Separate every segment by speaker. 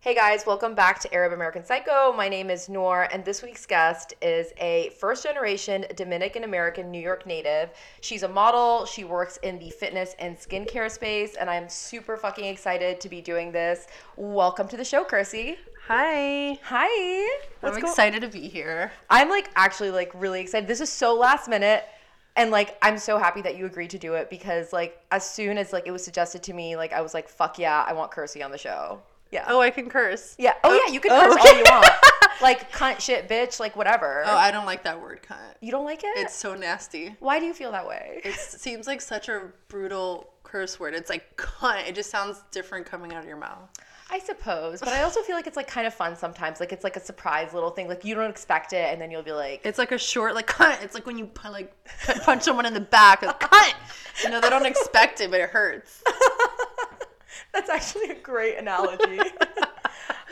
Speaker 1: Hey guys, welcome back to Arab American Psycho. My name is Noor, and this week's guest is a first generation Dominican American New York native. She's a model, she works in the fitness and skincare space, and I'm super fucking excited to be doing this. Welcome to the show, Kirsty.
Speaker 2: Hi.
Speaker 1: Hi.
Speaker 2: I'm excited to be here.
Speaker 1: I'm like actually like really excited. This is so last minute. And like I'm so happy that you agreed to do it because like as soon as like it was suggested to me, like I was like, fuck yeah, I want Kirsty on the show. Yeah.
Speaker 2: Oh, I can curse.
Speaker 1: Yeah. Oh, yeah. You can
Speaker 2: oh,
Speaker 1: curse
Speaker 2: okay.
Speaker 1: all you want. like cunt, shit, bitch, like whatever.
Speaker 2: Oh, I don't like that word cunt.
Speaker 1: you don't like it?
Speaker 2: It's so nasty.
Speaker 1: Why do you feel that way?
Speaker 2: It seems like such a brutal curse word. It's like cunt. It just sounds different coming out of your mouth.
Speaker 1: I suppose, but I also feel like it's like kind of fun sometimes. Like it's like a surprise little thing. Like you don't expect it, and then you'll be like,
Speaker 2: It's like a short like cunt. It's like when you pu- like pu- punch someone in the back. Like, cunt. You know they don't expect it, but it hurts.
Speaker 1: "That's actually a great analogy."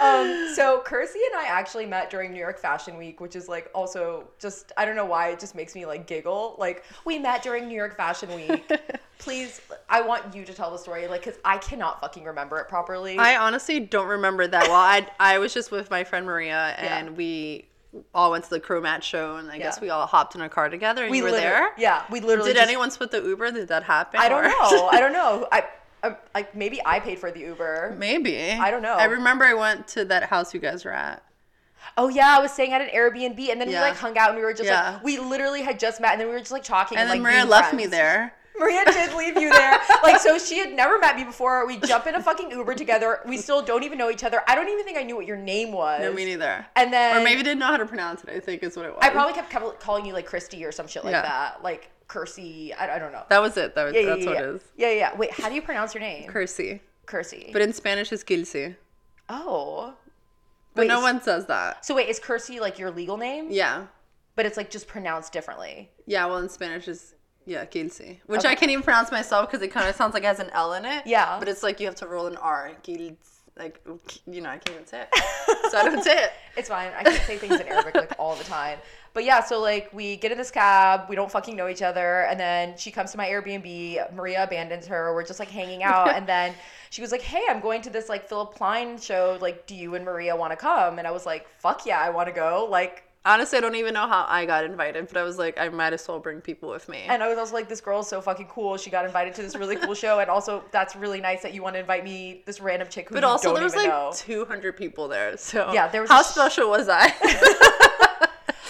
Speaker 1: um, so Kersey and I actually met during New York Fashion Week, which is like also just I don't know why it just makes me like giggle. Like we met during New York Fashion Week. Please, I want you to tell the story, like because I cannot fucking remember it properly.
Speaker 2: I honestly don't remember that well. I I was just with my friend Maria,
Speaker 1: Yeah.
Speaker 2: and we all went to the Chromat show, and I guess
Speaker 1: Yeah.
Speaker 2: we all hopped in a car together, and we you were
Speaker 1: liter-
Speaker 2: there.
Speaker 1: Yeah, we literally.
Speaker 2: Did
Speaker 1: just-
Speaker 2: anyone split the Uber? Did that happen?
Speaker 1: I don't
Speaker 2: or-
Speaker 1: know. I don't know. I, I like maybe I paid for the Uber.
Speaker 2: Maybe. I
Speaker 1: don't know.
Speaker 2: I remember I went to that house you guys were at.
Speaker 1: Oh yeah, I was staying at an Airbnb, and then
Speaker 2: Yeah.
Speaker 1: we like hung out, and we were just
Speaker 2: Yeah.
Speaker 1: like we literally had just met, and then we were just like talking.
Speaker 2: And then
Speaker 1: like,
Speaker 2: Maria
Speaker 1: being
Speaker 2: left
Speaker 1: friends.
Speaker 2: me there.
Speaker 1: Maria did leave you there. Like so, she had never met me before. We jump in a fucking Uber together. We still don't even know each other. I don't even think I knew what your name was.
Speaker 2: No, me neither.
Speaker 1: And then
Speaker 2: or maybe didn't know how to pronounce it, I think is what it was.
Speaker 1: I probably kept call- calling you like Christy or some shit like
Speaker 2: Yeah.
Speaker 1: that, like Cursey. I, I don't know.
Speaker 2: That was it. That was,
Speaker 1: yeah, yeah,
Speaker 2: that's
Speaker 1: yeah,
Speaker 2: what
Speaker 1: yeah.
Speaker 2: it is.
Speaker 1: Yeah, yeah. Wait, how do you pronounce your name?
Speaker 2: Cursey.
Speaker 1: Cursey.
Speaker 2: But in Spanish it's Gilsi.
Speaker 1: oh.
Speaker 2: But
Speaker 1: Wait,
Speaker 2: no
Speaker 1: s-
Speaker 2: one says that.
Speaker 1: So wait, is Cursey like your legal name?
Speaker 2: Yeah.
Speaker 1: But it's like just pronounced differently.
Speaker 2: Yeah, well in Spanish it's yeah, Gilsi. Which I can't even pronounce myself because it kind of sounds like it has an L in it.
Speaker 1: Yeah.
Speaker 2: But it's like you have to roll an R. Gils like you know, I can't even say it. so I don't say it.
Speaker 1: It's fine. I can say things in Arabic like all the time. But yeah, so like we get in this cab, we don't fucking know each other, and then she comes to my Airbnb. Maria abandons her. We're just like hanging out, and then she was like, "Hey, I'm going to this like Philip Klein show. Like, do you and Maria want to come?" And I was like, "Fuck yeah, I want to go." Like,
Speaker 2: Honestly, I don't even know how I got invited, but I was like, I might as well bring people with me.
Speaker 1: and I was also like, "This girl's so fucking cool. She got invited to this really cool show, and also that's really nice that you want to invite me, this random chick who
Speaker 2: But
Speaker 1: you
Speaker 2: also,
Speaker 1: don't
Speaker 2: there was
Speaker 1: even
Speaker 2: like
Speaker 1: know."
Speaker 2: 200 people there. So
Speaker 1: Yeah, there was
Speaker 2: how
Speaker 1: a sh-
Speaker 2: special was I?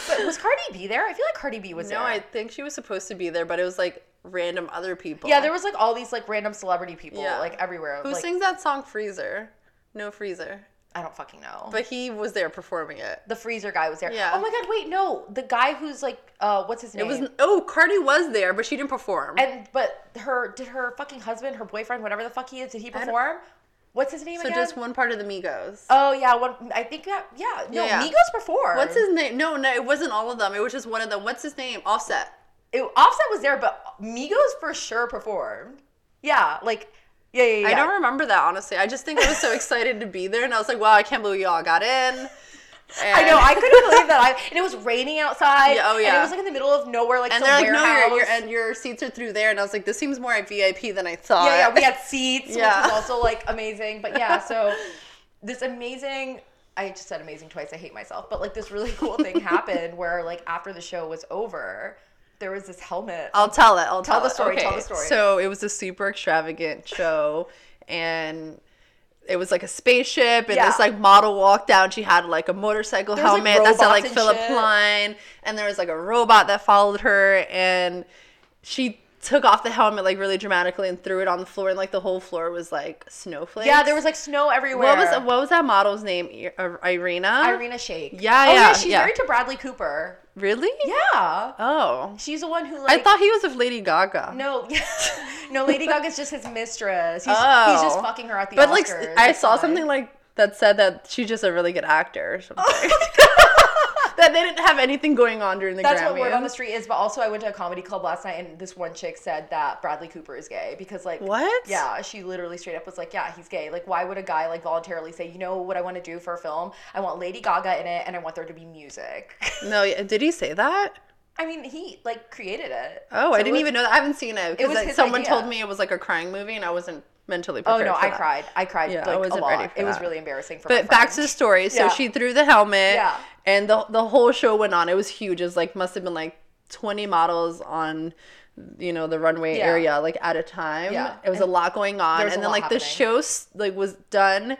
Speaker 1: But was Cardi B there? I feel like Cardi B was
Speaker 2: no,
Speaker 1: there.
Speaker 2: I think she was supposed to be there, but it was like random other people.
Speaker 1: Yeah, there was like all these like random celebrity people
Speaker 2: Yeah.
Speaker 1: like everywhere.
Speaker 2: Who
Speaker 1: like,
Speaker 2: sings that song Freezer? No Freezer.
Speaker 1: I don't fucking know.
Speaker 2: But he was there performing it.
Speaker 1: the freezer guy was there.
Speaker 2: Yeah.
Speaker 1: Oh my god, wait, no, the guy who's like, uh, what's his name?
Speaker 2: It was oh, Cardi was there, but she didn't perform.
Speaker 1: and but her did her fucking husband, her boyfriend, whatever the fuck he is, did he perform? What's his name
Speaker 2: so
Speaker 1: again?
Speaker 2: just one part of the Migos.
Speaker 1: oh yeah, one. I think that yeah. No,
Speaker 2: Yeah, yeah.
Speaker 1: Migos performed.
Speaker 2: What's his name? No, no, it wasn't all of them. It was just one of them. What's his name? Offset.
Speaker 1: It, Offset was there, but Migos for sure performed. Yeah, like yeah, yeah, yeah.
Speaker 2: I don't remember that honestly. I just think I was so excited to be there, and I was like, "Wow, I can't believe y'all got in."
Speaker 1: I know.
Speaker 2: And-
Speaker 1: I couldn't believe that. I, and it was raining outside.
Speaker 2: Yeah, oh,
Speaker 1: And it
Speaker 2: yeah.
Speaker 1: was like in the middle of nowhere, like
Speaker 2: and
Speaker 1: some
Speaker 2: they're like,
Speaker 1: warehouse.
Speaker 2: "No, your, your and your seats are through there," and I was like, "This seems more at VIP than I thought."
Speaker 1: yeah, yeah, we had seats,
Speaker 2: Yeah.
Speaker 1: which was also like amazing. But yeah, so this amazing. I just said amazing twice. I hate myself. But like this really cool thing happened where like after the show was over, there was this helmet.
Speaker 2: I'll tell it. I'll tell,
Speaker 1: the
Speaker 2: it.
Speaker 1: story, tell the story.
Speaker 2: So it was a super extravagant show, and. It was like a spaceship, and
Speaker 1: Yeah.
Speaker 2: this like model walked out. and She had like a motorcycle
Speaker 1: was, like,
Speaker 2: helmet that
Speaker 1: robots
Speaker 2: sounded like
Speaker 1: and
Speaker 2: Philip
Speaker 1: shit.
Speaker 2: Klein, and there was like a robot that followed her, and she took off the helmet like really dramatically and threw it on the floor, and like the whole floor was like snowflakes.
Speaker 1: yeah, there was like snow everywhere.
Speaker 2: what was what was that model's name? I- Ir- Irina.
Speaker 1: Irina Shayk.
Speaker 2: Yeah,
Speaker 1: oh,
Speaker 2: yeah,
Speaker 1: She's
Speaker 2: yeah.
Speaker 1: married to Bradley Cooper.
Speaker 2: Really?
Speaker 1: Yeah,
Speaker 2: Oh.
Speaker 1: she's the one who like.
Speaker 2: I thought he was with Lady Gaga.
Speaker 1: no, no, Lady Gaga's just his mistress. He's, he's just
Speaker 2: Oh.
Speaker 1: fucking her at the
Speaker 2: But
Speaker 1: Oscars.
Speaker 2: like s- I
Speaker 1: It's
Speaker 2: saw
Speaker 1: fine.
Speaker 2: something like that said that she's just a really good actor or something. that they didn't have anything going on during the
Speaker 1: Oh. That's
Speaker 2: Grammy.
Speaker 1: what word on the street is. But also, I went to a comedy club last night, and this one chick said that Bradley Cooper is gay because, like,
Speaker 2: What?
Speaker 1: Yeah, she literally straight up was like, "Yeah, he's gay. Like, why would a guy like voluntarily say, you know, what I want to do for a film? I want Lady Gaga in it, and I want there to be music."
Speaker 2: no, yeah, did he say that?
Speaker 1: I mean, he like created it.
Speaker 2: Oh,
Speaker 1: So
Speaker 2: I
Speaker 1: it
Speaker 2: didn't
Speaker 1: was-
Speaker 2: even know that. I haven't seen it. It
Speaker 1: was his
Speaker 2: someone
Speaker 1: idea.
Speaker 2: told me it was like a crying movie and I wasn't mentally
Speaker 1: Oh
Speaker 2: prepared.
Speaker 1: no,
Speaker 2: for
Speaker 1: I
Speaker 2: that.
Speaker 1: cried. I cried
Speaker 2: Yeah, I
Speaker 1: like
Speaker 2: wasn't
Speaker 1: a lot.
Speaker 2: ready for
Speaker 1: it was
Speaker 2: that.
Speaker 1: really embarrassing for my
Speaker 2: But back to the
Speaker 1: friend.
Speaker 2: story. So
Speaker 1: Yeah.
Speaker 2: she threw the helmet.
Speaker 1: Yeah.
Speaker 2: And the the whole show went on. It was huge. It was like must have been like twenty models on you know the runway
Speaker 1: Yeah.
Speaker 2: area like at a time.
Speaker 1: Yeah.
Speaker 2: It was a
Speaker 1: And
Speaker 2: lot going on.
Speaker 1: there was
Speaker 2: And
Speaker 1: a
Speaker 2: then
Speaker 1: lot
Speaker 2: like the
Speaker 1: happening.
Speaker 2: show s- like was done.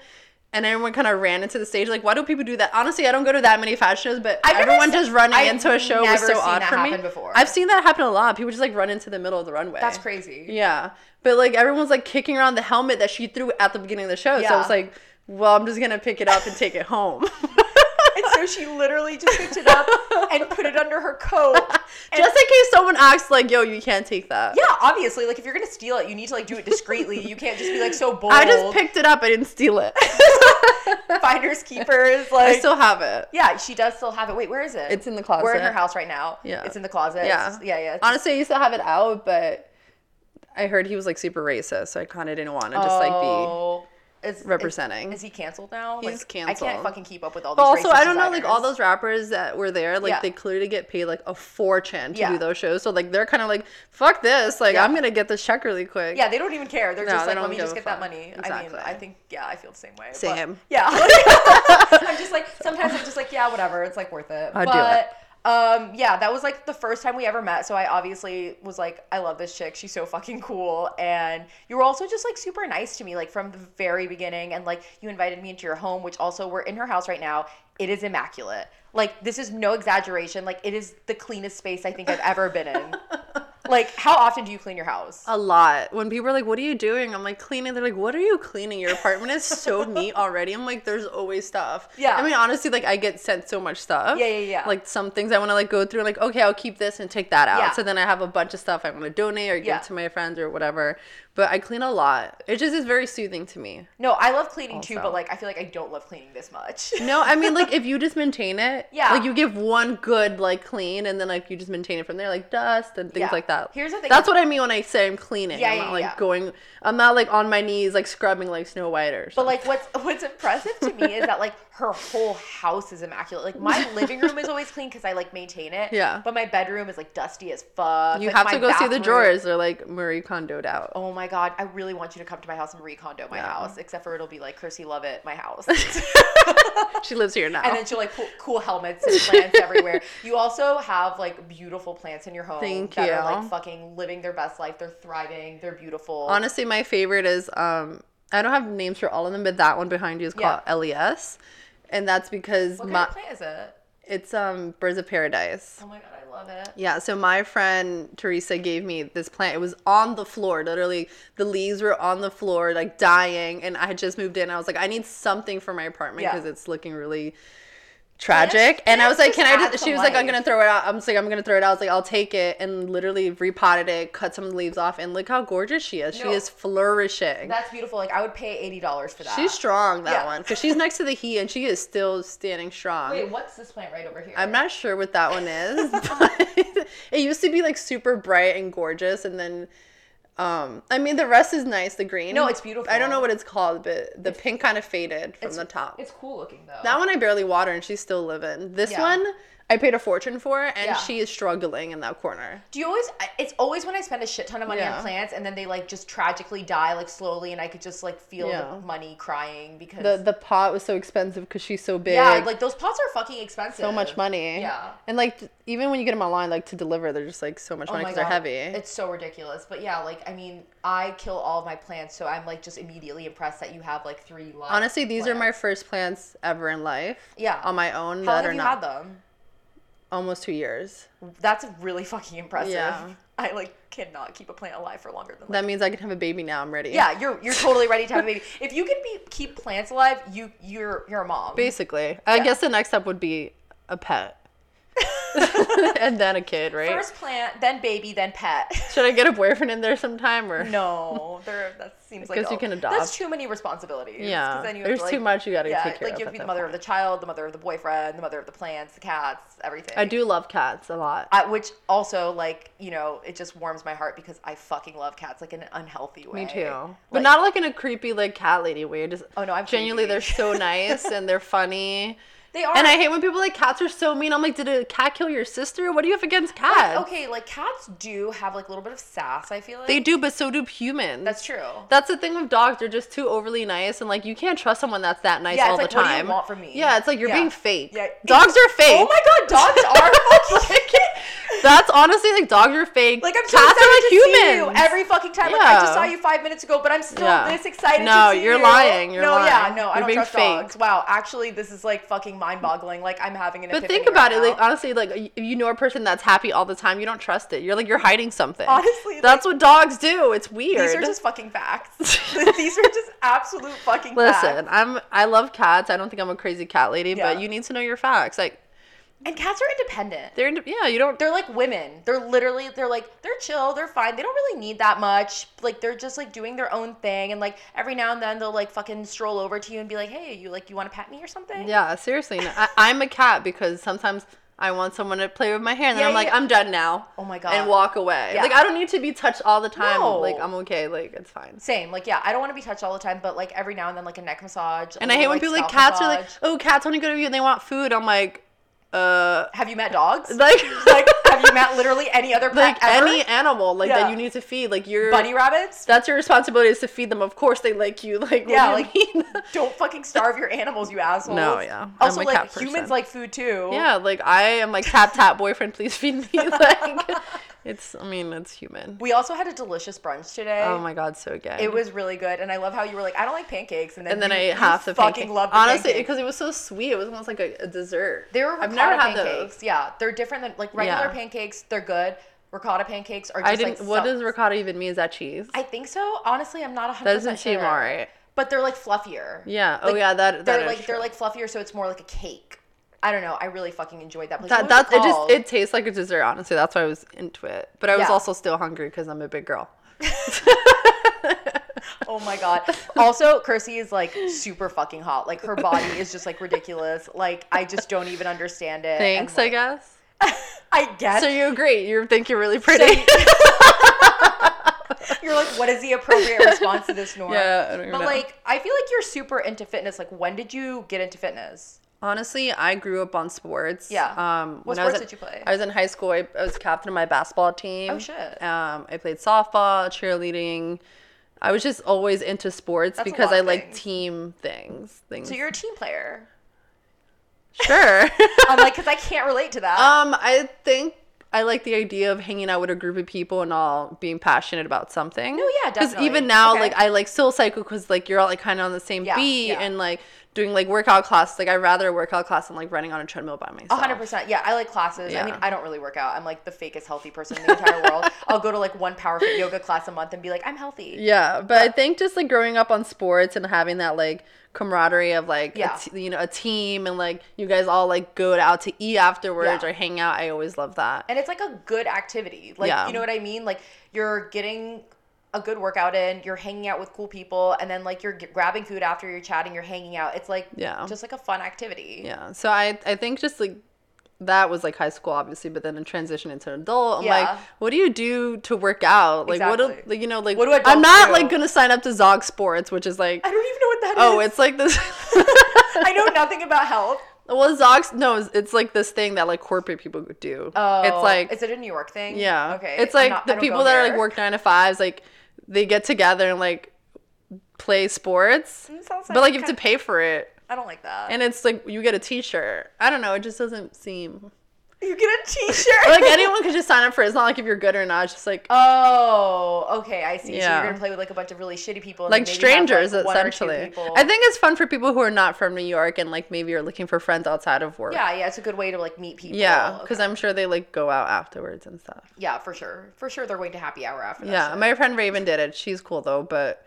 Speaker 2: And everyone kind of ran into the stage. Like, why do people do that? Honestly, I don't go to that many fashion shows, but
Speaker 1: I've never
Speaker 2: everyone
Speaker 1: seen-
Speaker 2: just running
Speaker 1: I've
Speaker 2: into a show was
Speaker 1: never
Speaker 2: so
Speaker 1: seen
Speaker 2: odd
Speaker 1: that
Speaker 2: for me.
Speaker 1: happen before.
Speaker 2: I've seen that happen a lot. People just like run into the middle of the runway.
Speaker 1: That's crazy.
Speaker 2: Yeah. But like everyone's like kicking around the helmet that she threw at the beginning of the show. So I
Speaker 1: Yeah.
Speaker 2: was like, well, I'm just gonna pick it up and take it home.
Speaker 1: And so she literally just picked it up and put it under her coat. And
Speaker 2: just in case someone asks, like, yo, you can't take that.
Speaker 1: yeah, obviously, like if you're gonna steal it, you need to like do it discreetly. You can't just be like so bold.
Speaker 2: I just picked it up, I didn't steal it.
Speaker 1: finders keepers. Like
Speaker 2: I still have it.
Speaker 1: yeah, she does still have it. Wait, where is it?
Speaker 2: It's in the closet.
Speaker 1: We're in her house right now.
Speaker 2: Yeah.
Speaker 1: it's in the closet. It's
Speaker 2: Yeah.
Speaker 1: just- yeah, yeah. It's just-
Speaker 2: Honestly, I used to have it out, but I heard he was like super racist, so I kinda didn't want to just like be
Speaker 1: Oh. Is- is-
Speaker 2: representing.
Speaker 1: Is, he canceled now?
Speaker 2: He's
Speaker 1: like, I
Speaker 2: canceled.
Speaker 1: can't fucking keep up with all these.
Speaker 2: But also,
Speaker 1: racist
Speaker 2: I don't know, like
Speaker 1: designers.
Speaker 2: all those rappers that were there, like
Speaker 1: Yeah.
Speaker 2: they clearly get paid like a fortune to
Speaker 1: Yeah.
Speaker 2: do those shows. So like they're kind of like, fuck this, like
Speaker 1: Yeah.
Speaker 2: I'm gonna get this check really quick.
Speaker 1: Yeah, they don't even care. They're
Speaker 2: No,
Speaker 1: just
Speaker 2: they
Speaker 1: like,
Speaker 2: don't
Speaker 1: let me
Speaker 2: give
Speaker 1: just
Speaker 2: a
Speaker 1: get that
Speaker 2: fuck.
Speaker 1: money. I
Speaker 2: Exactly.
Speaker 1: mean, I think yeah, I feel the same way. but-
Speaker 2: Same.
Speaker 1: yeah. I'm just like sometimes I'm just like yeah, whatever. It's like worth it.
Speaker 2: I do
Speaker 1: but um yeah, that was like the first time we ever met. So I obviously was like, I love this chick. She's so fucking cool. And you were also just like super nice to me, like from the very beginning. And like you invited me into your home, which also we're in her house right now. It is immaculate. Like this is no exaggeration. Like it is the cleanest space I think I've ever been in. like how often do you clean your house?
Speaker 2: A lot. When people are like, "What are you doing?" I'm like, "Cleaning." They're like, "What are you cleaning? Your apartment is so neat already." I'm like, "There's always stuff."
Speaker 1: Yeah.
Speaker 2: I mean, honestly, like I get sent so much stuff.
Speaker 1: Yeah, yeah, yeah.
Speaker 2: Like some things I want to like go through, like okay, I'll keep this and take that out.
Speaker 1: Yeah.
Speaker 2: So then I have a bunch of stuff I want to donate or give
Speaker 1: Yeah.
Speaker 2: to my friends or whatever. But I clean a lot. It just is very soothing to me.
Speaker 1: No, I love cleaning too,
Speaker 2: Also.
Speaker 1: but like I feel like I don't love cleaning this much.
Speaker 2: No, I mean like if you just maintain it,
Speaker 1: Yeah.
Speaker 2: Like you give one good like clean, and then like you just maintain it from there, like dust and things
Speaker 1: Yeah.
Speaker 2: like that.
Speaker 1: Here's the thing-
Speaker 2: That's what I mean when I say I'm cleaning.
Speaker 1: Yeah,
Speaker 2: I'm
Speaker 1: yeah,
Speaker 2: not like
Speaker 1: yeah.
Speaker 2: going. I'm not like on my knees like scrubbing like Snow White or.
Speaker 1: But
Speaker 2: Something.
Speaker 1: like what's what's impressive to me is that like her whole house is immaculate. Like my living room is always clean because I like maintain it.
Speaker 2: Yeah.
Speaker 1: But my bedroom is like dusty as fuck.
Speaker 2: you
Speaker 1: Like,
Speaker 2: have
Speaker 1: my
Speaker 2: to go see the
Speaker 1: bathroom-
Speaker 2: drawers. They're like Marie Kondo'd out.
Speaker 1: Oh my god, I really want you to come to my house and recondo my
Speaker 2: Yeah.
Speaker 1: house. Except for it'll be like Kirsty Lovett, my house.
Speaker 2: She lives here now.
Speaker 1: and then she'll like cool, cool helmets and plants everywhere. You also have like beautiful plants in your home
Speaker 2: Thank
Speaker 1: that are
Speaker 2: you.
Speaker 1: like fucking living their best life. They're thriving. They're beautiful.
Speaker 2: Honestly, my favorite is um I don't have names for all of them, but that one behind you is
Speaker 1: Yeah.
Speaker 2: called LES, and that's because
Speaker 1: what
Speaker 2: my
Speaker 1: kind of plant is it?
Speaker 2: it's um Birds of Paradise.
Speaker 1: Oh my god, I love it.
Speaker 2: Yeah, so my friend Teresa gave me this plant. It was on the floor, literally. The leaves were on the floor, like dying. And I had just moved in. I was like, I need something for my apartment
Speaker 1: Yeah.
Speaker 2: because it's looking really tragic.
Speaker 1: Plants-
Speaker 2: and I was like,
Speaker 1: plants
Speaker 2: Can
Speaker 1: just
Speaker 2: I
Speaker 1: add
Speaker 2: just?
Speaker 1: to
Speaker 2: She was like, I'm
Speaker 1: life.
Speaker 2: gonna throw it out. I'm just like, I'm gonna throw it out. I was like, I'll take it and literally repotted it, cut some of the leaves off, and look how gorgeous she is. She
Speaker 1: No.
Speaker 2: is flourishing.
Speaker 1: That's beautiful. Like I would pay eighty dollars for that.
Speaker 2: she's strong that
Speaker 1: Yeah.
Speaker 2: one because she's next to the heat and she is still standing strong.
Speaker 1: Wait, what's this plant right over here?
Speaker 2: I'm not sure what that one is, but it used to be like super bright and gorgeous, and then, um, I mean the rest is nice. The green,
Speaker 1: No, it's beautiful.
Speaker 2: I don't know what it's called, but the pink kind of faded from
Speaker 1: It's-
Speaker 2: the top.
Speaker 1: It's cool looking though.
Speaker 2: That one I barely water, and she's still living. This
Speaker 1: Yeah.
Speaker 2: one I paid a fortune for, and
Speaker 1: Yeah.
Speaker 2: she is struggling in that corner.
Speaker 1: Do you always? I- It's always when I spend a shit ton of money
Speaker 2: Yeah.
Speaker 1: on plants and then they like just tragically die like slowly, and I could just like feel
Speaker 2: Yeah.
Speaker 1: the money crying because
Speaker 2: The the pot was so expensive because she's so big.
Speaker 1: yeah, like those pots are fucking expensive.
Speaker 2: so much money.
Speaker 1: Yeah.
Speaker 2: and like th- even when you get them online, like to deliver, they're just like so much
Speaker 1: Oh
Speaker 2: money
Speaker 1: my
Speaker 2: because they're
Speaker 1: God.
Speaker 2: heavy.
Speaker 1: It's so ridiculous. But yeah, like I mean, I kill all of my plants, so I'm like just immediately impressed that you have like three. Live
Speaker 2: Honestly, these are my
Speaker 1: plants.
Speaker 2: first plants ever in life.
Speaker 1: Yeah.
Speaker 2: On my own
Speaker 1: How
Speaker 2: that
Speaker 1: long
Speaker 2: are
Speaker 1: have you
Speaker 2: not
Speaker 1: had them?
Speaker 2: almost two years.
Speaker 1: That's really fucking impressive.
Speaker 2: Yeah.
Speaker 1: I like cannot keep a plant alive for longer than like
Speaker 2: That means I can have a baby now. I'm ready.
Speaker 1: Yeah, you're you're totally ready to have a baby. If you can be keep plants alive, you you're you're a mom.
Speaker 2: Basically. I
Speaker 1: Yeah.
Speaker 2: guess the next step would be a pet. and then a kid, right?
Speaker 1: First plant, then baby, then pet.
Speaker 2: Should I get a boyfriend in there sometime or
Speaker 1: No, there. That seems like
Speaker 2: Guess you
Speaker 1: oh,
Speaker 2: can adopt.
Speaker 1: That's too many responsibilities. 'cause
Speaker 2: Yeah.
Speaker 1: then you have
Speaker 2: There's
Speaker 1: to, like,
Speaker 2: too much you gotta
Speaker 1: yeah,
Speaker 2: take care
Speaker 1: like
Speaker 2: of
Speaker 1: you have to be
Speaker 2: at
Speaker 1: the
Speaker 2: that
Speaker 1: mother of the
Speaker 2: point.
Speaker 1: child, the mother of the boyfriend, the mother of the plants, the cats, everything.
Speaker 2: I do love cats a lot.
Speaker 1: I, which also, like, you know, it just warms my heart because I fucking love cats, like in an unhealthy way.
Speaker 2: Me too. but
Speaker 1: Like-
Speaker 2: not like in a creepy like cat lady way. Just
Speaker 1: Oh, no, I'm
Speaker 2: genuinely
Speaker 1: creepy.
Speaker 2: they're so nice and they're funny.
Speaker 1: They are.
Speaker 2: And I hate when people are like cats are so mean. I'm like, did a cat kill your sister? What do you have against cats?
Speaker 1: okay, like cats do have like a little bit of sass. I feel like
Speaker 2: They do, but so do humans.
Speaker 1: That's true.
Speaker 2: That's the thing with dogs. They're just too overly nice, and like you can't trust someone that's that nice
Speaker 1: yeah,
Speaker 2: all
Speaker 1: it's like
Speaker 2: the
Speaker 1: what do
Speaker 2: time.
Speaker 1: you want from me?
Speaker 2: Yeah, it's like you're
Speaker 1: Yeah.
Speaker 2: being fake.
Speaker 1: Yeah.
Speaker 2: Dogs are
Speaker 1: Oh
Speaker 2: fake.
Speaker 1: my god, dogs are fucking.
Speaker 2: That's honestly like dogs are fake.
Speaker 1: Like I'm
Speaker 2: cats
Speaker 1: so excited
Speaker 2: are
Speaker 1: to
Speaker 2: like
Speaker 1: see you
Speaker 2: humans.
Speaker 1: every fucking time. Like I just
Speaker 2: Yeah.
Speaker 1: saw you five minutes ago, but I'm still
Speaker 2: Yeah.
Speaker 1: this excited.
Speaker 2: No,
Speaker 1: to see
Speaker 2: you're
Speaker 1: you.
Speaker 2: lying, you're
Speaker 1: no, yeah,
Speaker 2: lying.
Speaker 1: no, I
Speaker 2: You're
Speaker 1: don't
Speaker 2: being
Speaker 1: trust
Speaker 2: fake.
Speaker 1: dogs. Wow, actually, this is like fucking mind-boggling. Like I'm having an.
Speaker 2: but
Speaker 1: epiphany
Speaker 2: think about
Speaker 1: right
Speaker 2: it.
Speaker 1: now.
Speaker 2: Like honestly, like y- if you know a person that's happy all the time, you don't trust it. You're like you're hiding something.
Speaker 1: Honestly,
Speaker 2: that's what dogs do. It's weird.
Speaker 1: these are just fucking facts. these are just absolute fucking
Speaker 2: Listen,
Speaker 1: facts.
Speaker 2: I'm I love cats. I don't think I'm a crazy cat lady,
Speaker 1: Yeah.
Speaker 2: but you need to know your facts. Like
Speaker 1: And cats are independent.
Speaker 2: they're ind- yeah, you don't
Speaker 1: they're like women. They're literally they're like they're chill, they're fine. They don't really need that much. Like they're just like doing their own thing and like every now and then they'll like fucking stroll over to you and be like, "Hey, you like you want to pet me or something?"
Speaker 2: Yeah, seriously. no. I, I'm a cat because sometimes I want someone to play with my hair, and then
Speaker 1: Yeah,
Speaker 2: I'm like,
Speaker 1: yeah.
Speaker 2: I'm done now.
Speaker 1: Oh my God.
Speaker 2: And walk away.
Speaker 1: Yeah.
Speaker 2: Like I don't need to be touched all the time.
Speaker 1: No.
Speaker 2: Like I'm okay. Like it's fine.
Speaker 1: Same. Like yeah, I don't want to be touched all the time, but like every now and then like a neck massage.
Speaker 2: And I hate when people like cats are like, oh, cats want to go to you and they want food. I'm like, uh,
Speaker 1: "Have you met dogs?"
Speaker 2: like
Speaker 1: like have you met literally any other pet
Speaker 2: like
Speaker 1: ever?
Speaker 2: any animal like
Speaker 1: Yeah.
Speaker 2: that you need to feed. Like your
Speaker 1: bunny rabbits?
Speaker 2: That's your responsibility is to feed them. Of course they like you. Like
Speaker 1: Yeah,
Speaker 2: what do you mean?
Speaker 1: Don't fucking starve your animals, you assholes.
Speaker 2: No, yeah. I'm
Speaker 1: Also,
Speaker 2: a
Speaker 1: like
Speaker 2: cat person.
Speaker 1: humans like food too.
Speaker 2: yeah, like I am like tap tap boyfriend, please feed me. Like it's I mean it's human.
Speaker 1: We also had a delicious brunch today.
Speaker 2: Oh my god, so good.
Speaker 1: It was really good, and I love how you were like, I don't like pancakes, and then
Speaker 2: and then
Speaker 1: you-
Speaker 2: I
Speaker 1: you
Speaker 2: half the
Speaker 1: fucking
Speaker 2: pancake.
Speaker 1: love the
Speaker 2: honestly
Speaker 1: pancakes.
Speaker 2: because it was so sweet. It was almost like a, a dessert.
Speaker 1: they were
Speaker 2: I've
Speaker 1: ricotta
Speaker 2: never had
Speaker 1: pancakes.
Speaker 2: those.
Speaker 1: Yeah, they're different than like regular
Speaker 2: Yeah.
Speaker 1: pancakes. They're good. Ricotta pancakes are. Just,
Speaker 2: I didn't.
Speaker 1: Like,
Speaker 2: what
Speaker 1: some-
Speaker 2: does ricotta even mean? Is that cheese?
Speaker 1: I think so. Honestly, I'm not 100.
Speaker 2: that doesn't seem alright.
Speaker 1: But they're like fluffier.
Speaker 2: Yeah. Oh
Speaker 1: Like,
Speaker 2: yeah. That. that
Speaker 1: They're
Speaker 2: is
Speaker 1: like
Speaker 2: true.
Speaker 1: they're like fluffier, so it's more like a cake. I don't know. I really fucking enjoyed that. Place.
Speaker 2: That,
Speaker 1: What
Speaker 2: that
Speaker 1: was
Speaker 2: it just
Speaker 1: called?
Speaker 2: it tastes like a dessert. Honestly, that's why I was into it. But I was
Speaker 1: Yeah.
Speaker 2: also still hungry because I'm a big girl.
Speaker 1: Oh my god. Also, Kirsty is like super fucking hot. Like her body is just like ridiculous. Like I just don't even understand it. And,
Speaker 2: Thanks, I
Speaker 1: like,
Speaker 2: guess.
Speaker 1: I guess.
Speaker 2: So you agree? You think you're really pretty?
Speaker 1: You're like, what is the appropriate response to this norm?
Speaker 2: yeah. I don't even
Speaker 1: But
Speaker 2: know.
Speaker 1: like, I feel like you're super into fitness. Like, when did you get into fitness?
Speaker 2: Honestly, I grew up on sports.
Speaker 1: Yeah.
Speaker 2: Um,
Speaker 1: What
Speaker 2: when I was
Speaker 1: sports
Speaker 2: at-
Speaker 1: did you play?
Speaker 2: I was in high school. I, I was captain of my basketball team.
Speaker 1: Oh, shit.
Speaker 2: Um, I played softball, cheerleading. I was just always into sports
Speaker 1: That's a
Speaker 2: because
Speaker 1: lot
Speaker 2: I
Speaker 1: of
Speaker 2: like
Speaker 1: things.
Speaker 2: team things. Things.
Speaker 1: So you're a team player.
Speaker 2: sure.
Speaker 1: I'm like, because I can't relate to that.
Speaker 2: um, I think I like the idea of hanging out with a group of people and all being passionate about something.
Speaker 1: No, yeah, definitely.
Speaker 2: even now,
Speaker 1: Okay.
Speaker 2: like I like Soul Cycle because like you're all like kind of on the same
Speaker 1: Yeah,
Speaker 2: beat
Speaker 1: yeah.
Speaker 2: and like doing like workout classes. Like I rather a workout class than like running on a treadmill by myself.
Speaker 1: A hundred percent. Yeah, I like classes. I mean,
Speaker 2: Yeah.
Speaker 1: I don't really work out. I'm like the fakest healthy person in the entire world. I'll go to like one power fit yoga class a month and be like, I'm healthy.
Speaker 2: Yeah, but I think just like growing up on sports and having that like camaraderie of like
Speaker 1: Yeah.
Speaker 2: a t- you know a team and like you guys all like go out to eat afterwards
Speaker 1: Yeah.
Speaker 2: or hang out. I always love that.
Speaker 1: And it's like a good activity. Like,
Speaker 2: Yeah.
Speaker 1: you know what I mean? Like, you're getting a good workout in, you're hanging out with cool people, and then like you're g- grabbing food after you're chatting, you're hanging out. It's like,
Speaker 2: Yeah.
Speaker 1: just like a fun activity.
Speaker 2: yeah, so I I think just like that was like high school obviously, but then a transition into an adult. I'm
Speaker 1: Yeah.
Speaker 2: like, what do you do to work out? Like what do
Speaker 1: Exactly.
Speaker 2: like, you know like
Speaker 1: What do
Speaker 2: I'm
Speaker 1: adults
Speaker 2: not
Speaker 1: do?
Speaker 2: like gonna sign up to Zog Sports, which is like
Speaker 1: I don't even know what that is.
Speaker 2: oh it's like this.
Speaker 1: I know nothing about health.
Speaker 2: well, Zog's no, it's, it's like this thing that like corporate people do.
Speaker 1: Oh,
Speaker 2: it's like
Speaker 1: is it a New York thing?
Speaker 2: Yeah.
Speaker 1: Okay.
Speaker 2: It's
Speaker 1: I'm
Speaker 2: like
Speaker 1: not- I
Speaker 2: the
Speaker 1: don't go
Speaker 2: people that are like
Speaker 1: there.
Speaker 2: work nine to fives, like they get together and like play sports.
Speaker 1: Mm, sounds
Speaker 2: But like you have to
Speaker 1: kinda-
Speaker 2: pay for it.
Speaker 1: I don't like that.
Speaker 2: And it's like you get a t shirt. I don't know, it just doesn't seem
Speaker 1: you get a T-shirt.
Speaker 2: like anyone could just sign up for it. It's not like if you're good or not, it's just like
Speaker 1: Oh, okay, I see. So
Speaker 2: Yeah.
Speaker 1: you're gonna play with like a bunch of really shitty people, and
Speaker 2: like
Speaker 1: then maybe have,
Speaker 2: strangers
Speaker 1: like, one or two
Speaker 2: essentially.
Speaker 1: people.
Speaker 2: I think it's fun for people who are not from New York and like maybe are looking for friends outside of work.
Speaker 1: Yeah, yeah, it's a good way to like meet people.
Speaker 2: Yeah, because
Speaker 1: Okay.
Speaker 2: I'm sure they like go out afterwards and stuff.
Speaker 1: yeah, for sure, for sure, they're going to happy hour after that.
Speaker 2: Yeah,
Speaker 1: shit.
Speaker 2: my friend Raven did it. She's cool though, but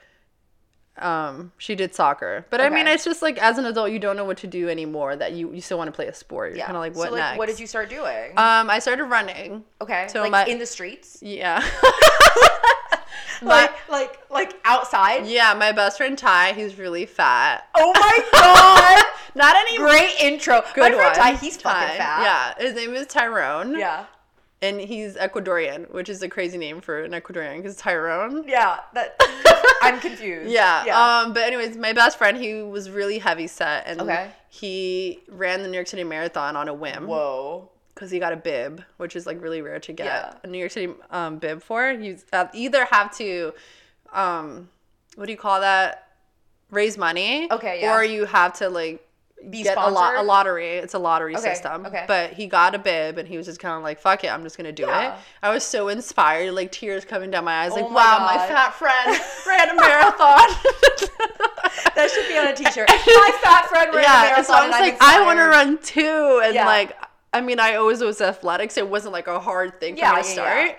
Speaker 2: um, she did soccer. But I mean,
Speaker 1: Okay.
Speaker 2: it's just like as an adult, you don't know what to do anymore. That you you still want to play a sport. You're
Speaker 1: yeah.
Speaker 2: kind of like, what
Speaker 1: so, like,
Speaker 2: next?
Speaker 1: What did you start doing?
Speaker 2: Um, I started running.
Speaker 1: okay,
Speaker 2: so
Speaker 1: like
Speaker 2: my-
Speaker 1: in the streets,
Speaker 2: Yeah. my,
Speaker 1: like like like outside.
Speaker 2: yeah, my best friend Ty, he's really fat.
Speaker 1: Oh my god!
Speaker 2: Not anymore.
Speaker 1: Great intro. my
Speaker 2: Good
Speaker 1: friend
Speaker 2: one.
Speaker 1: Ty, he's fucking
Speaker 2: Ty.
Speaker 1: fat.
Speaker 2: Yeah, his name is Tyrone.
Speaker 1: Yeah.
Speaker 2: and he's Ecuadorian, which is a crazy name for an Ecuadorian because Tyrone.
Speaker 1: Yeah, that I'm confused.
Speaker 2: Yeah.
Speaker 1: yeah.
Speaker 2: Um, but anyways, my best friend, he was really heavy set, and
Speaker 1: Okay.
Speaker 2: he ran the New York City Marathon on a whim
Speaker 1: Whoa.
Speaker 2: because he got a bib, which is like really rare to get
Speaker 1: Yeah.
Speaker 2: a New York City um, bib for. You uh, either have to, um, what do you call that? Raise money.
Speaker 1: Okay, yeah.
Speaker 2: Or you have to like
Speaker 1: Be
Speaker 2: get a lot a
Speaker 1: sponsored?
Speaker 2: lottery. It's a lottery
Speaker 1: Okay,
Speaker 2: system.
Speaker 1: okay.
Speaker 2: But he got a bib and he was just kind of like, "Fuck it, I'm just gonna do
Speaker 1: Yeah. Oh
Speaker 2: it." I was so inspired, like tears coming down my eyes, like,
Speaker 1: my
Speaker 2: "Wow, my
Speaker 1: God.
Speaker 2: fat friend ran a marathon."
Speaker 1: That should be on a T-shirt. My fat friend ran a
Speaker 2: yeah,
Speaker 1: marathon.
Speaker 2: and so I
Speaker 1: and
Speaker 2: was
Speaker 1: I'm
Speaker 2: like, I want to
Speaker 1: inspired."
Speaker 2: run too, and
Speaker 1: Yeah.
Speaker 2: like, I mean, I always was athletics. It wasn't like a hard thing for
Speaker 1: Yeah,
Speaker 2: me to
Speaker 1: yeah,
Speaker 2: start.
Speaker 1: yeah.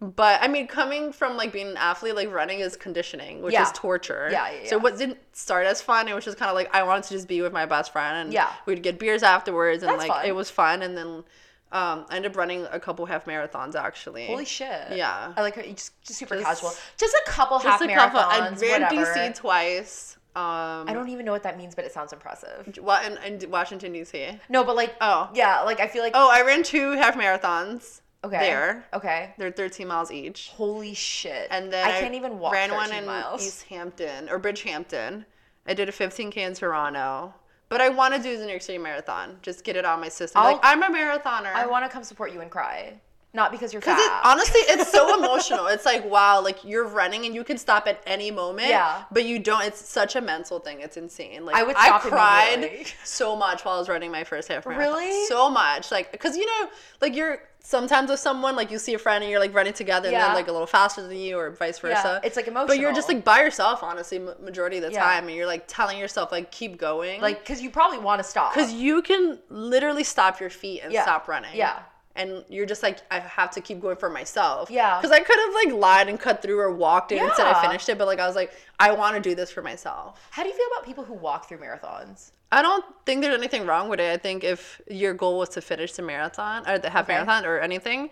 Speaker 2: But I mean, coming from like being an athlete, like running is conditioning, which
Speaker 1: Yeah.
Speaker 2: is torture.
Speaker 1: Yeah, yeah,
Speaker 2: So
Speaker 1: yeah.
Speaker 2: what didn't start as fun, it was just kind of like I wanted to just be with my best friend, and
Speaker 1: Yeah.
Speaker 2: we'd get beers afterwards, and
Speaker 1: That's
Speaker 2: like
Speaker 1: fun.
Speaker 2: it was fun. And then um, I ended up running a couple half marathons actually.
Speaker 1: Holy shit.
Speaker 2: Yeah.
Speaker 1: I like her. Just, just super
Speaker 2: Just-
Speaker 1: casual. Just a couple half
Speaker 2: Just a couple. I
Speaker 1: marathons.
Speaker 2: ran
Speaker 1: whatever.
Speaker 2: DC twice. Um,
Speaker 1: I don't even know what that means, but it sounds impressive.
Speaker 2: wa- in, in Washington DC.
Speaker 1: No, but like,
Speaker 2: Oh.
Speaker 1: yeah, like I feel like
Speaker 2: Oh, I ran two half marathons.
Speaker 1: okay,
Speaker 2: There.
Speaker 1: okay.
Speaker 2: They're 13 miles each.
Speaker 1: Holy shit!
Speaker 2: And then
Speaker 1: I can't even walk.
Speaker 2: ran one
Speaker 1: 13
Speaker 2: in
Speaker 1: miles.
Speaker 2: East Hampton or Bridgehampton. I did a 15K in Toronto. But I want to do the New York City Marathon. Just get it on my system.
Speaker 1: I'll-
Speaker 2: like, I'm a marathoner.
Speaker 1: I want to come support you and cry, not because you're fat.
Speaker 2: Because it, honestly, it's so emotional. It's like, wow, like you're running and you can stop at any moment.
Speaker 1: Yeah.
Speaker 2: But you don't. It's such a mental thing. It's insane. Like
Speaker 1: I would stop
Speaker 2: cried
Speaker 1: immediately.
Speaker 2: so much while I was running my first half marathon.
Speaker 1: Really?
Speaker 2: So much. Like, because you know, like you're sometimes with someone, like you see a friend and you're like running together and
Speaker 1: Yeah.
Speaker 2: they're like a little faster than you or vice versa.
Speaker 1: it's, like,
Speaker 2: But you're just
Speaker 1: emotional.
Speaker 2: like by yourself, honestly, ma- majority of the
Speaker 1: Yeah.
Speaker 2: time. And you're like telling yourself, like, keep going.
Speaker 1: like because you probably want to stop.
Speaker 2: Because you can literally stop your feet and
Speaker 1: Yeah.
Speaker 2: stop running.
Speaker 1: Yeah.
Speaker 2: And you're just like, I have to keep going for myself.
Speaker 1: Yeah.
Speaker 2: Because I could have like lied and cut through or walked in and said I
Speaker 1: Yeah.
Speaker 2: finished it, but like I was like, I want to do this for myself.
Speaker 1: how do you feel about people who walk through marathons?
Speaker 2: I don't think there's anything wrong with it. I think if your goal was to finish the marathon or the half
Speaker 1: Okay.
Speaker 2: marathon or anything,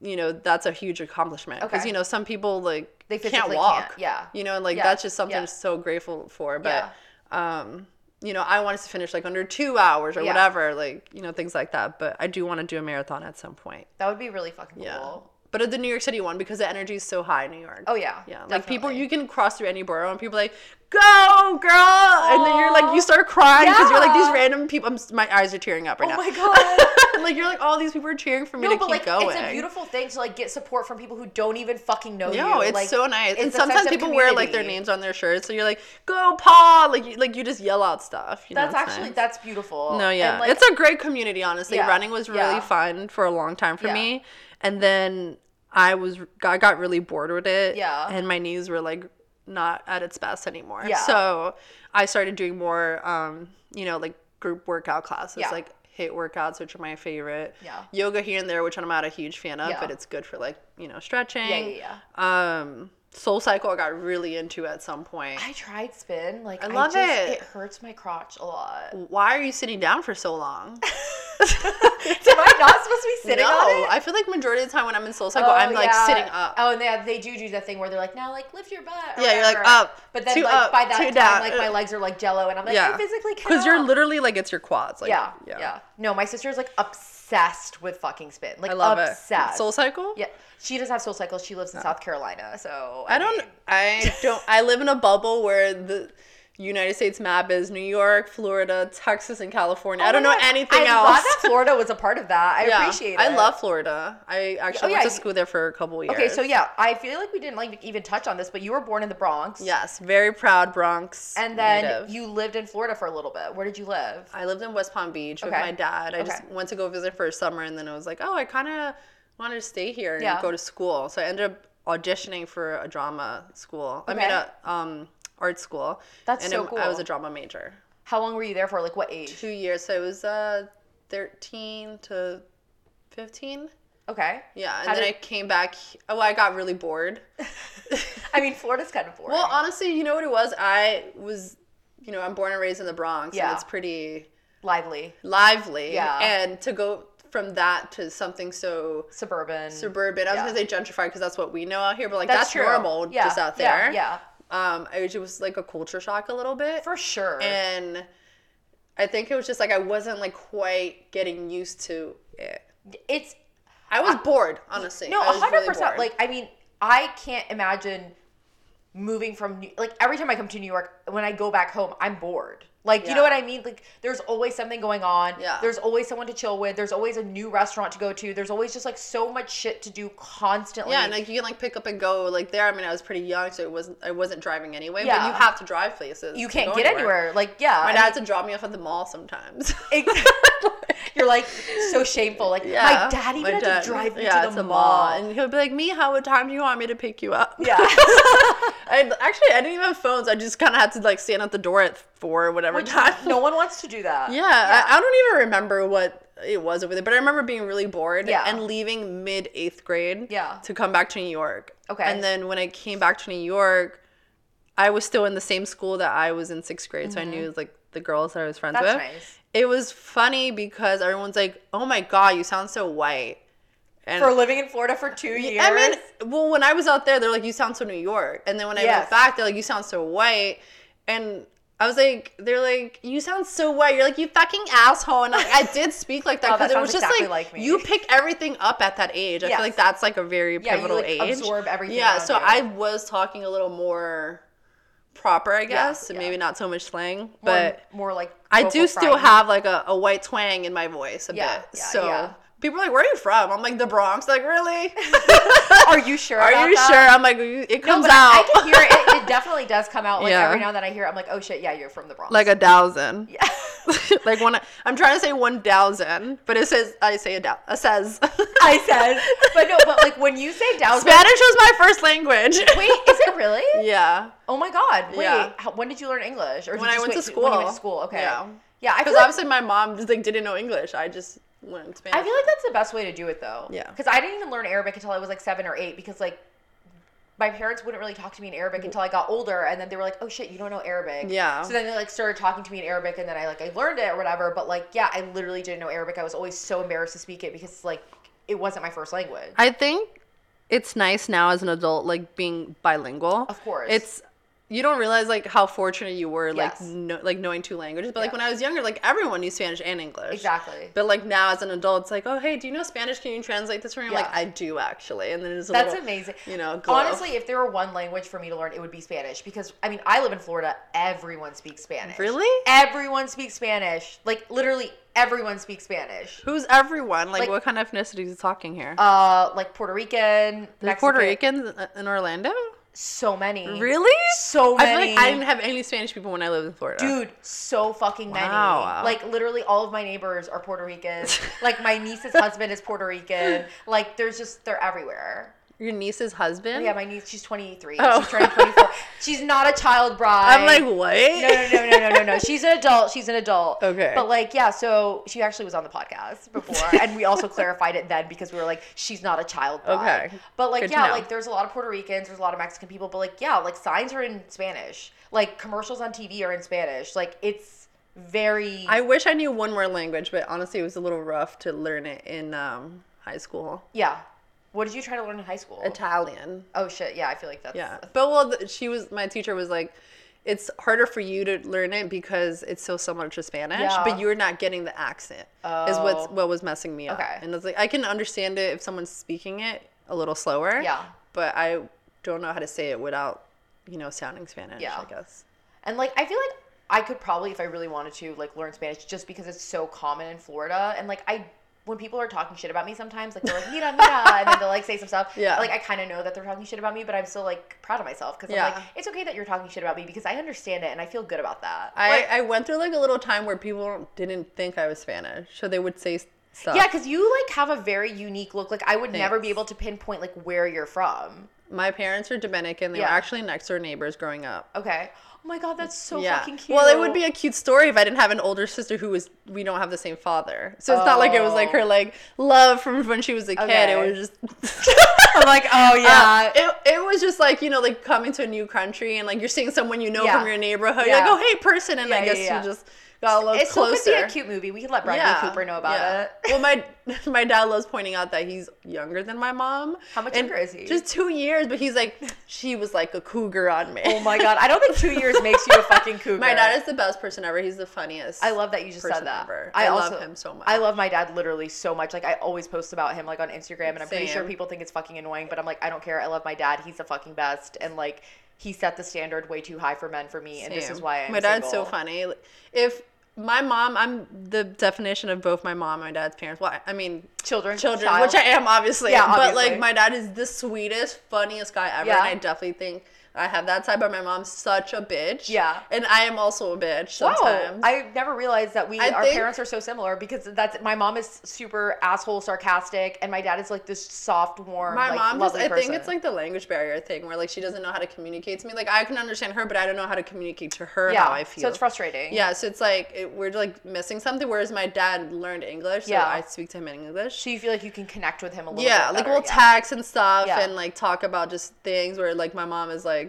Speaker 2: you know, that's a huge accomplishment. Because,
Speaker 1: Okay.
Speaker 2: you know, some people like
Speaker 1: They
Speaker 2: can't
Speaker 1: physically
Speaker 2: walk.
Speaker 1: can't, yeah.
Speaker 2: You know, and like
Speaker 1: Yeah,
Speaker 2: that's just something
Speaker 1: yeah.
Speaker 2: I'm so grateful for. But, um, you know, I want us to finish like under two hours or
Speaker 1: Yeah.
Speaker 2: whatever, like, you know, things like that. But I do want to do a marathon at some point.
Speaker 1: That would be really fucking
Speaker 2: Yeah.
Speaker 1: cool.
Speaker 2: But at the New York City one, because the energy is so high in New York.
Speaker 1: Oh yeah.
Speaker 2: Yeah, like people,
Speaker 1: definitely.
Speaker 2: you can cross through any borough, and people are like, "Go, girl!" And then you're like, you
Speaker 1: Aw.
Speaker 2: start crying because you're like these
Speaker 1: Yeah.
Speaker 2: random people. I'm, s- my eyes are tearing up
Speaker 1: Oh
Speaker 2: right now.
Speaker 1: my god.
Speaker 2: like you're like, all these people are cheering for me
Speaker 1: No,
Speaker 2: to
Speaker 1: but
Speaker 2: keep
Speaker 1: like
Speaker 2: going.
Speaker 1: it's a beautiful thing to like get support from people who don't even fucking know you.
Speaker 2: no, it's
Speaker 1: like,
Speaker 2: so nice.
Speaker 1: it's
Speaker 2: And
Speaker 1: a sense
Speaker 2: sometimes
Speaker 1: of
Speaker 2: people wear like their
Speaker 1: community.
Speaker 2: names on their shirts, so you're like, "Go, Paul!" Like, you, like you just yell out stuff. you know,
Speaker 1: That's
Speaker 2: it's
Speaker 1: actually
Speaker 2: nice.
Speaker 1: that's beautiful.
Speaker 2: No,
Speaker 1: And,
Speaker 2: yeah,
Speaker 1: like,
Speaker 2: it's a great community. Honestly,
Speaker 1: Yeah,
Speaker 2: running was really
Speaker 1: yeah.
Speaker 2: fun for a long time for
Speaker 1: Yeah.
Speaker 2: me, and then I was I got really bored with it.
Speaker 1: Yeah.
Speaker 2: and my knees were like not at its best anymore.
Speaker 1: Yeah.
Speaker 2: so I started doing more, um, you know, like group workout classes,
Speaker 1: Yeah.
Speaker 2: like hit workouts, which are my favorite.
Speaker 1: Yeah.
Speaker 2: yoga here and there, which I'm not a huge fan of,
Speaker 1: Yeah.
Speaker 2: but it's good for like you know stretching.
Speaker 1: yeah, yeah, yeah.
Speaker 2: Um, Soul Cycle, I got really into at some point.
Speaker 1: I tried spin. Like I
Speaker 2: love
Speaker 1: just,
Speaker 2: it.
Speaker 1: It hurts my crotch a lot.
Speaker 2: Why are you sitting down for so long?
Speaker 1: Am I not supposed to be sitting
Speaker 2: no,
Speaker 1: on it?
Speaker 2: I feel like majority of the time when I'm in soul cycle,
Speaker 1: Oh,
Speaker 2: I'm like
Speaker 1: yeah.
Speaker 2: sitting up.
Speaker 1: Oh, and they they do do that thing where they're like, now like lift your butt. or
Speaker 2: Yeah, you're like,
Speaker 1: whatever.
Speaker 2: up,
Speaker 1: But then
Speaker 2: two
Speaker 1: like
Speaker 2: up,
Speaker 1: by that
Speaker 2: two
Speaker 1: time,
Speaker 2: down.
Speaker 1: like my legs are like jello, and I'm like, I physically can't.
Speaker 2: because you're literally like it's your quads. Like,
Speaker 1: yeah, yeah, No, my sister's like obsessed with fucking spin. Like
Speaker 2: I love
Speaker 1: obsessed.
Speaker 2: it. Soul cycle.
Speaker 1: Yeah, she does have Soul Cycle. She lives in South Carolina, so
Speaker 2: I don't.
Speaker 1: mean,
Speaker 2: I don't. I live in a bubble where the United States map is New York, Florida, Texas, and California. I don't
Speaker 1: Oh my
Speaker 2: know
Speaker 1: God.
Speaker 2: anything
Speaker 1: I
Speaker 2: else.
Speaker 1: love that Florida was a part of that. I
Speaker 2: Yeah.
Speaker 1: appreciate it.
Speaker 2: I love Florida. I actually
Speaker 1: Oh,
Speaker 2: went
Speaker 1: yeah,
Speaker 2: to
Speaker 1: you-
Speaker 2: school there for a couple years.
Speaker 1: Okay, so yeah, I feel like we didn't like even touch on this, but you were born in the Bronx.
Speaker 2: yes, very proud Bronx.
Speaker 1: And then
Speaker 2: native.
Speaker 1: you lived in Florida for a little bit. Where did you live?
Speaker 2: I lived in West Palm Beach with
Speaker 1: Okay.
Speaker 2: my dad. I just
Speaker 1: Okay.
Speaker 2: went to go visit for a summer, and then I was like, oh, I kind of wanted to stay here and
Speaker 1: Yeah.
Speaker 2: go to school. So I ended up auditioning for a drama school. I mean,
Speaker 1: Okay.
Speaker 2: a um, art school.
Speaker 1: That's
Speaker 2: and
Speaker 1: so
Speaker 2: I'm- I was
Speaker 1: cool.
Speaker 2: a drama major.
Speaker 1: How long were you there for? Like what age?
Speaker 2: Two years. So it was uh, 13 to 15.
Speaker 1: Okay.
Speaker 2: Yeah. And
Speaker 1: How
Speaker 2: then
Speaker 1: did-
Speaker 2: I came back. Oh, I got really bored.
Speaker 1: I mean, Florida's kind of boring.
Speaker 2: Well, honestly, you know what it was? I was, you know, I'm born and raised in the Bronx,
Speaker 1: Yeah.
Speaker 2: and it's pretty
Speaker 1: Lively,
Speaker 2: lively.
Speaker 1: Yeah.
Speaker 2: And to go from that to something so
Speaker 1: suburban.
Speaker 2: suburban, I was
Speaker 1: Yeah.
Speaker 2: gonna say gentrified because that's what we know out here, but like
Speaker 1: That's
Speaker 2: that's,
Speaker 1: true.
Speaker 2: normal
Speaker 1: Yeah,
Speaker 2: just out
Speaker 1: yeah,
Speaker 2: there.
Speaker 1: yeah.
Speaker 2: Um, I was- it was like a culture shock a little bit,
Speaker 1: For sure.
Speaker 2: and I think it was just like I wasn't like quite getting used to it.
Speaker 1: it's
Speaker 2: I was bored, honestly.
Speaker 1: No,
Speaker 2: I was really
Speaker 1: hundred percent.
Speaker 2: bored.
Speaker 1: Like, I mean, I can't imagine moving from New- like every time I come to New York, when I go back home, I'm bored. Like, you
Speaker 2: Yeah.
Speaker 1: know what I mean? Like, there's always something going on.
Speaker 2: Yeah.
Speaker 1: There's always someone to chill with. There's always a new restaurant to go to. There's always just like so much shit to do constantly.
Speaker 2: yeah, and like you can like pick up and go like there. I mean, I was pretty young, so it wasn't I wasn't driving anyway. But
Speaker 1: Yeah.
Speaker 2: you have to drive places.
Speaker 1: you
Speaker 2: to
Speaker 1: can't
Speaker 2: go
Speaker 1: get anywhere. Like, yeah. I
Speaker 2: My dad
Speaker 1: mean-
Speaker 2: had to drop me off at the mall sometimes.
Speaker 1: Exactly. You're like so shameful. Like my dad even
Speaker 2: my
Speaker 1: had
Speaker 2: dad-
Speaker 1: to drive me
Speaker 2: yeah,
Speaker 1: to the, mall.
Speaker 2: and he'll be like, "Me, how what time do you want me to pick you up?"
Speaker 1: yeah,
Speaker 2: I actually I didn't even have phones. I just kind of had to like stand at the door at four or whatever
Speaker 1: Which
Speaker 2: time.
Speaker 1: no one wants to do that.
Speaker 2: Yeah, I, I don't even remember what it was over there, but I remember being really bored
Speaker 1: Yeah.
Speaker 2: and leaving mid eighth grade
Speaker 1: Yeah.
Speaker 2: to come back to New York.
Speaker 1: Okay.
Speaker 2: And then when I came back to New York, I was still in the same school that I was in sixth grade, so I knew like the girls that I was friends
Speaker 1: Mm-hmm. That's
Speaker 2: with.
Speaker 1: nice.
Speaker 2: It was funny because everyone's like, "Oh my god, you sound so white." And
Speaker 1: For living in Florida for two years.
Speaker 2: I mean, well, when I was out there, they're like, "You sound so New York," and then when I went
Speaker 1: Yes.
Speaker 2: back, they're like, "You sound so white," and I was like, "They're like, you sound so white." You're like, "You fucking asshole," and like, I did speak like that
Speaker 1: Oh, that
Speaker 2: because it was
Speaker 1: sounds
Speaker 2: just
Speaker 1: exactly
Speaker 2: like,
Speaker 1: like me.
Speaker 2: you pick everything up at that age. I
Speaker 1: Yes.
Speaker 2: feel like that's like a very
Speaker 1: Yeah, you,
Speaker 2: pivotal
Speaker 1: like,
Speaker 2: age.
Speaker 1: absorb everything
Speaker 2: Yeah,
Speaker 1: around
Speaker 2: so
Speaker 1: you.
Speaker 2: I was talking a little more proper, I guess, and
Speaker 1: yeah.
Speaker 2: maybe not so much slang,
Speaker 1: more,
Speaker 2: but.
Speaker 1: more like
Speaker 2: I
Speaker 1: vocal
Speaker 2: do still
Speaker 1: frying.
Speaker 2: have like a, a white twang in my voice a
Speaker 1: Yeah,
Speaker 2: bit.
Speaker 1: yeah,
Speaker 2: so
Speaker 1: yeah.
Speaker 2: people are like, "Where are you from?" I'm like, "The Bronx." They're like, really?
Speaker 1: Are you sure?
Speaker 2: Are
Speaker 1: about
Speaker 2: you
Speaker 1: that?
Speaker 2: sure? I'm like, "You- it
Speaker 1: No,
Speaker 2: comes
Speaker 1: but I, I
Speaker 2: out
Speaker 1: can hear it. It definitely does come out. Like
Speaker 2: Yeah.
Speaker 1: every now and then I hear, it, I'm like, oh shit, yeah, you're from the Bronx.
Speaker 2: like a thousand.
Speaker 1: yeah.
Speaker 2: like one, I'm trying to say one thousand, but it says I say a dou- It says
Speaker 1: I said, but no, but like when you say down, wait,
Speaker 2: Spanish was my first language.
Speaker 1: is it really?
Speaker 2: yeah,
Speaker 1: Oh my god! Wait,
Speaker 2: Yeah.
Speaker 1: how, when did you learn English? Or did
Speaker 2: When
Speaker 1: you
Speaker 2: I
Speaker 1: just
Speaker 2: went to
Speaker 1: wait till- When you went to
Speaker 2: school.
Speaker 1: school, okay.
Speaker 2: Yeah.
Speaker 1: Yeah, I feel
Speaker 2: because
Speaker 1: like,
Speaker 2: obviously my mom just like didn't know English. I just learned Spanish.
Speaker 1: I feel like that's the best way to do it though.
Speaker 2: Yeah.
Speaker 1: Because I didn't even learn Arabic until I was like seven or eight because like my parents wouldn't really talk to me in Arabic until I got older, and then they were like, "Oh shit, you don't know Arabic."
Speaker 2: Yeah.
Speaker 1: So then they like started talking to me in Arabic, and then I like I learned it or whatever. But like, yeah, I literally didn't know Arabic. I was always so embarrassed to speak it because like it wasn't my first language.
Speaker 2: I think it's nice now as an adult, like being bilingual.
Speaker 1: Of course.
Speaker 2: it's you don't realize like how fortunate you were, like
Speaker 1: Yes.
Speaker 2: no, like knowing two languages. But like
Speaker 1: Yeah.
Speaker 2: when I was younger, like everyone knew Spanish and English.
Speaker 1: Exactly.
Speaker 2: But like now as an adult, it's like, oh hey, do you know Spanish? Can you translate this for me? I'm like
Speaker 1: Yeah.
Speaker 2: I do actually, and then it's a
Speaker 1: That's
Speaker 2: little,
Speaker 1: amazing.
Speaker 2: You know, glow.
Speaker 1: Honestly, if there were one language for me to learn, it would be Spanish because I mean, I live in Florida. Everyone speaks Spanish.
Speaker 2: Really?
Speaker 1: Everyone speaks Spanish. Like literally, everyone speaks Spanish.
Speaker 2: Who's everyone? Like,
Speaker 1: Like-
Speaker 2: what kind of ethnicity is talking here?
Speaker 1: Uh, like Puerto Rican,
Speaker 2: There's
Speaker 1: Mexican,
Speaker 2: Puerto Ricans in- in Orlando.
Speaker 1: So many.
Speaker 2: Really?
Speaker 1: So
Speaker 2: I feel
Speaker 1: many.
Speaker 2: like I didn't have any Spanish people when I lived in Florida.
Speaker 1: Dude, so fucking many.
Speaker 2: Wow.
Speaker 1: Like literally all of my neighbors are Puerto Rican. like my niece's husband is Puerto Rican. Like there's just they're everywhere.
Speaker 2: your niece's husband.
Speaker 1: Yeah, my niece, she's 23.
Speaker 2: Oh.
Speaker 1: She's turning 24. she's not a child bride.
Speaker 2: I'm like, what?
Speaker 1: no, no, no, no, no, no, no. She's an adult. She's an adult.
Speaker 2: Okay.
Speaker 1: But like, yeah. So she actually was on the podcast before, and we also clarified it then because we were like, she's not a child. bride.
Speaker 2: Okay.
Speaker 1: But like,
Speaker 2: Good to
Speaker 1: yeah,
Speaker 2: know.
Speaker 1: like there's a lot of Puerto Ricans, there's a lot of Mexican people, but like, yeah, like signs are in Spanish. Like commercials on TV are in Spanish. Like it's very.
Speaker 2: I wish I knew one more language, but honestly, it was a little rough to learn it in um, high school.
Speaker 1: yeah. What did you try to learn in high school?
Speaker 2: Italian.
Speaker 1: oh shit! Yeah, I feel like that's.
Speaker 2: Yeah. But well, th- she was, my teacher was like, it's harder for you to learn it because it's so similar to Spanish,
Speaker 1: Yeah.
Speaker 2: but you're not getting the accent, is
Speaker 1: Oh.
Speaker 2: what's, what was messing me up.
Speaker 1: Okay.
Speaker 2: And it's like, I can understand it if someone's speaking it a little slower.
Speaker 1: Yeah.
Speaker 2: But I don't know how to say it without, you know, sounding Spanish,
Speaker 1: Yeah.
Speaker 2: I guess.
Speaker 1: And like I feel like I could probably if I really wanted to like learn Spanish just because it's so common in Florida and like I when people are talking shit about me sometimes like they're like mira mira and then they'll like say some stuff
Speaker 2: Yeah.
Speaker 1: like I kind of know that they're talking shit about me but I'm still like proud of myself because
Speaker 2: Yeah.
Speaker 1: I'm like it's okay that you're talking shit about me because I understand it and I feel good about that
Speaker 2: I,
Speaker 1: Like,
Speaker 2: I went through like a little time where people didn't think I was Spanish, so they would say s- stuff.
Speaker 1: yeah because you like have a very unique look like I would never be
Speaker 2: Thanks.
Speaker 1: able to pinpoint like where you're from
Speaker 2: My parents are Dominican. They
Speaker 1: Yeah.
Speaker 2: were actually next door neighbors growing up.
Speaker 1: okay oh my god that's so
Speaker 2: yeah.
Speaker 1: fucking cute
Speaker 2: Well, it would be a cute story if I didn't have an older sister who was we don't have the same father. So it's not like it was like her
Speaker 1: Oh.
Speaker 2: like love from when she was a kid.
Speaker 1: Okay.
Speaker 2: It was just
Speaker 1: I'm like oh
Speaker 2: yeah. it, it was just like, you know, like coming to a new country and like you're seeing someone you know
Speaker 1: Yeah.
Speaker 2: from your neighborhood.
Speaker 1: Yeah.
Speaker 2: You're like, "Oh, hey, person." And
Speaker 1: Yeah,
Speaker 2: I
Speaker 1: yeah,
Speaker 2: guess
Speaker 1: yeah.
Speaker 2: you just Got a little
Speaker 1: It still could
Speaker 2: closer.
Speaker 1: be a cute movie. We could let Bradley Cooper know about
Speaker 2: yeah.
Speaker 1: it.
Speaker 2: well, my my dad loves pointing out that he's younger than my mom.
Speaker 1: How much
Speaker 2: And
Speaker 1: younger is he?
Speaker 2: Just two years, but he's like, she was like a cougar on me.
Speaker 1: Oh my god, I don't think two years makes you a fucking cougar.
Speaker 2: my dad is the best person ever. He's the funniest.
Speaker 1: I love that you just
Speaker 2: person
Speaker 1: said that.
Speaker 2: ever.
Speaker 1: I,
Speaker 2: I love
Speaker 1: also,
Speaker 2: him so much.
Speaker 1: I love my dad literally so much. Like I always post about him like on Instagram, and I'm pretty sure
Speaker 2: Same.
Speaker 1: people think it's fucking annoying, but I'm like, I don't care. I love my dad. He's the fucking best, and like he set the standard way too high for men for me, and this is
Speaker 2: Same.
Speaker 1: why I'm
Speaker 2: my dad's so
Speaker 1: single.
Speaker 2: funny. Like, If my mom, I'm the definition of both my mom and my dad's parents. Well, I- I mean,
Speaker 1: Children,
Speaker 2: children,
Speaker 1: child.
Speaker 2: which I am obviously.
Speaker 1: Yeah,
Speaker 2: but
Speaker 1: obviously.
Speaker 2: like my dad is the sweetest, funniest guy ever,
Speaker 1: Yeah.
Speaker 2: and I definitely think I have that side. But my mom's such a bitch.
Speaker 1: Yeah.
Speaker 2: and I am also a bitch
Speaker 1: Wow,
Speaker 2: sometimes.
Speaker 1: I never realized that we
Speaker 2: I
Speaker 1: our
Speaker 2: think-
Speaker 1: parents are so similar because that's my mom is super asshole sarcastic and my dad is like this soft warm
Speaker 2: my
Speaker 1: like,
Speaker 2: mom just
Speaker 1: lovely
Speaker 2: i
Speaker 1: person.
Speaker 2: think it's like the language barrier thing where like she doesn't know how to communicate to me like i can understand her but i don't know how to communicate to her
Speaker 1: yeah
Speaker 2: how i feel
Speaker 1: so it's frustrating
Speaker 2: yeah so it's like it, we're like missing something whereas my dad learned english so
Speaker 1: Yeah.
Speaker 2: i speak to him in english
Speaker 1: so you feel like you can connect with him a little
Speaker 2: yeah
Speaker 1: bit
Speaker 2: like
Speaker 1: better,
Speaker 2: we'll
Speaker 1: yeah.
Speaker 2: text and stuff
Speaker 1: Yeah.
Speaker 2: and like talk about just things where like my mom is like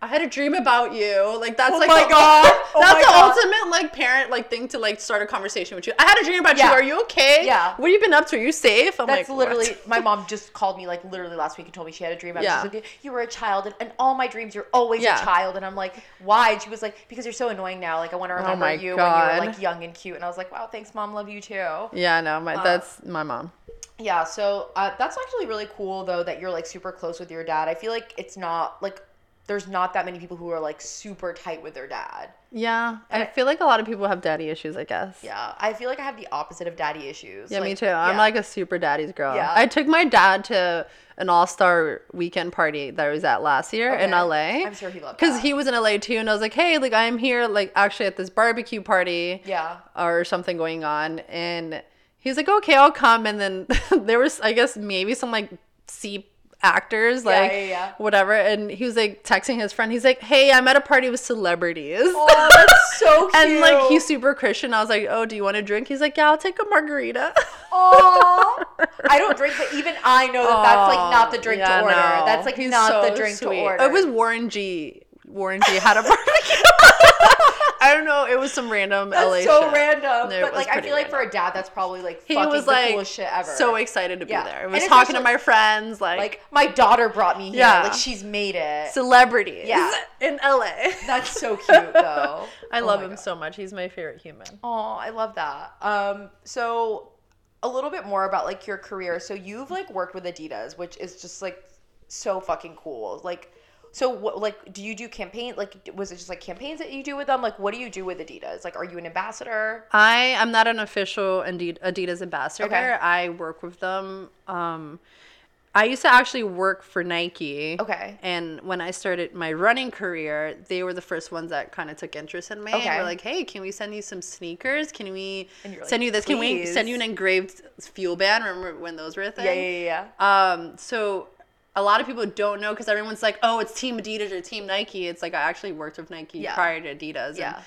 Speaker 2: I had a dream about you. Like that's
Speaker 1: Oh
Speaker 2: like
Speaker 1: my
Speaker 2: the,
Speaker 1: God. Oh
Speaker 2: that's
Speaker 1: my
Speaker 2: the
Speaker 1: God.
Speaker 2: ultimate like parent like thing to like start a conversation with you. I had a dream about
Speaker 1: Yeah.
Speaker 2: you. Are you okay?
Speaker 1: Yeah.
Speaker 2: What have you been up to? Are you safe? I'm
Speaker 1: That's
Speaker 2: like what?
Speaker 1: literally my mom just called me like literally last week and told me she had a dream. I was
Speaker 2: Yeah.
Speaker 1: just like, you were a child, and, and all my dreams, you're always
Speaker 2: Yeah.
Speaker 1: a child. And I'm like, why? And she was like, because you're so annoying now. Like I want to remember
Speaker 2: Oh my
Speaker 1: you when you
Speaker 2: God.
Speaker 1: were like young and cute. And I was like, wow, thanks, mom, love you too.
Speaker 2: Yeah, no,
Speaker 1: Uh.
Speaker 2: my that's my mom.
Speaker 1: Yeah. So uh, that's actually really cool though that you're like super close with your dad. I feel like it's not like there's not that many people who are like super tight with their dad.
Speaker 2: Yeah, I feel like a lot of people have daddy issues. I guess.
Speaker 1: Yeah. I feel like I have the opposite of daddy issues.
Speaker 2: Yeah, me
Speaker 1: Like,
Speaker 2: too. I'm
Speaker 1: yeah.
Speaker 2: like a super daddy's girl.
Speaker 1: Yeah.
Speaker 2: I took my dad to an all star weekend party that I was at last year in
Speaker 1: Okay.
Speaker 2: LA.
Speaker 1: I'm sure he loved
Speaker 2: Because
Speaker 1: that.
Speaker 2: he was in LA too, and I was like, hey, like I'm here, like actually at this barbecue party
Speaker 1: Yeah.
Speaker 2: or something going on, and he's like, okay, I'll come. And then there was, I guess, maybe some like C actors, like
Speaker 1: yeah, yeah.
Speaker 2: whatever. And he was like texting his friend. He's like, hey, I'm at a party with celebrities.
Speaker 1: Oh, that's so cute.
Speaker 2: And like he's super Christian. I was like, "Oh, do you want to drink?" He's like, "Yeah, I'll take a margarita."
Speaker 1: Aw. I don't drink, but even I know that that's like not the drink
Speaker 2: Yeah,
Speaker 1: to order.
Speaker 2: no.
Speaker 1: That's like
Speaker 2: He's
Speaker 1: not
Speaker 2: so
Speaker 1: the drink
Speaker 2: sweet.
Speaker 1: to order.
Speaker 2: It was Warren G. Warren G. had a barbecue. I don't know. It was some random
Speaker 1: that's
Speaker 2: LA
Speaker 1: so
Speaker 2: shit.
Speaker 1: random.
Speaker 2: No, it
Speaker 1: but
Speaker 2: was
Speaker 1: like, I
Speaker 2: pretty
Speaker 1: feel like for a dad, that's probably like
Speaker 2: He
Speaker 1: fucking
Speaker 2: was
Speaker 1: the
Speaker 2: like
Speaker 1: coolest shit ever.
Speaker 2: so excited to be
Speaker 1: Yeah.
Speaker 2: there. I
Speaker 1: And
Speaker 2: was talking to
Speaker 1: especially-
Speaker 2: my friends, like,
Speaker 1: like my daughter brought me here.
Speaker 2: Yeah.
Speaker 1: Like she's made it.
Speaker 2: celebrities
Speaker 1: Yeah.
Speaker 2: in LA.
Speaker 1: that's so cute though.
Speaker 2: I
Speaker 1: Oh
Speaker 2: love
Speaker 1: my
Speaker 2: him
Speaker 1: God.
Speaker 2: so much. He's my favorite human.
Speaker 1: Oh, I love that. Um, so a little bit more about like your career. So you've like worked with Adidas, which is just like so fucking cool. Like, so what? Like, do you do campaign? Like, was it just like campaigns that you do with them? Like, what do you do with Adidas? Like, are you an ambassador?
Speaker 2: I am not an official Adi- Adidas ambassador.
Speaker 1: Okay.
Speaker 2: I work with them. Um, I used to actually work for Nike.
Speaker 1: Okay.
Speaker 2: And when I started my running career, they were the first ones that kind of took interest in me. And
Speaker 1: Okay.
Speaker 2: were like, hey, can we send you some sneakers? Can we
Speaker 1: And you're like,
Speaker 2: send you this? Can we send you an
Speaker 1: "Please."
Speaker 2: engraved fuel band? Remember when those were a thing?
Speaker 1: Yeah, yeah, yeah, yeah.
Speaker 2: Um, so a lot of people don't know because everyone's like, oh, it's Team Adidas or Team Nike. It's like I actually worked with Nike
Speaker 1: Yeah.
Speaker 2: prior to Adidas.
Speaker 1: Yeah.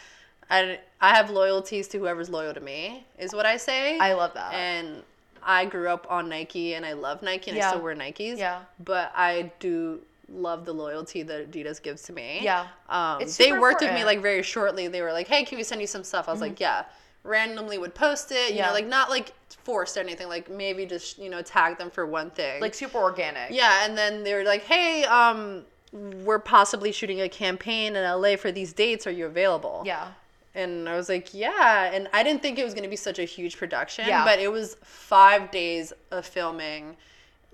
Speaker 2: And I, I have loyalties to whoever's loyal to me, is what I say.
Speaker 1: I love that.
Speaker 2: And I grew up on Nike and I love Nike and
Speaker 1: Yeah.
Speaker 2: I still wear Nikes.
Speaker 1: Yeah.
Speaker 2: But I do love the loyalty that Adidas gives to me.
Speaker 1: Yeah.
Speaker 2: Um,
Speaker 1: It's
Speaker 2: they
Speaker 1: super
Speaker 2: worked with me
Speaker 1: important. Mm-hmm.
Speaker 2: like very shortly. They were like, hey, can we send you some stuff? I was like, yeah. Randomly would post it, you
Speaker 1: Yeah.
Speaker 2: know, like not like forced or anything, like maybe just, you know, tag them for one thing.
Speaker 1: Like super organic.
Speaker 2: Yeah, and then they were like, "Hey, um, we're possibly shooting a campaign in LA for these dates. Are you available?"
Speaker 1: Yeah.
Speaker 2: and I was like, "Yeah." And I didn't think it was gonna be such a huge production,
Speaker 1: Yeah.
Speaker 2: but it was five days of filming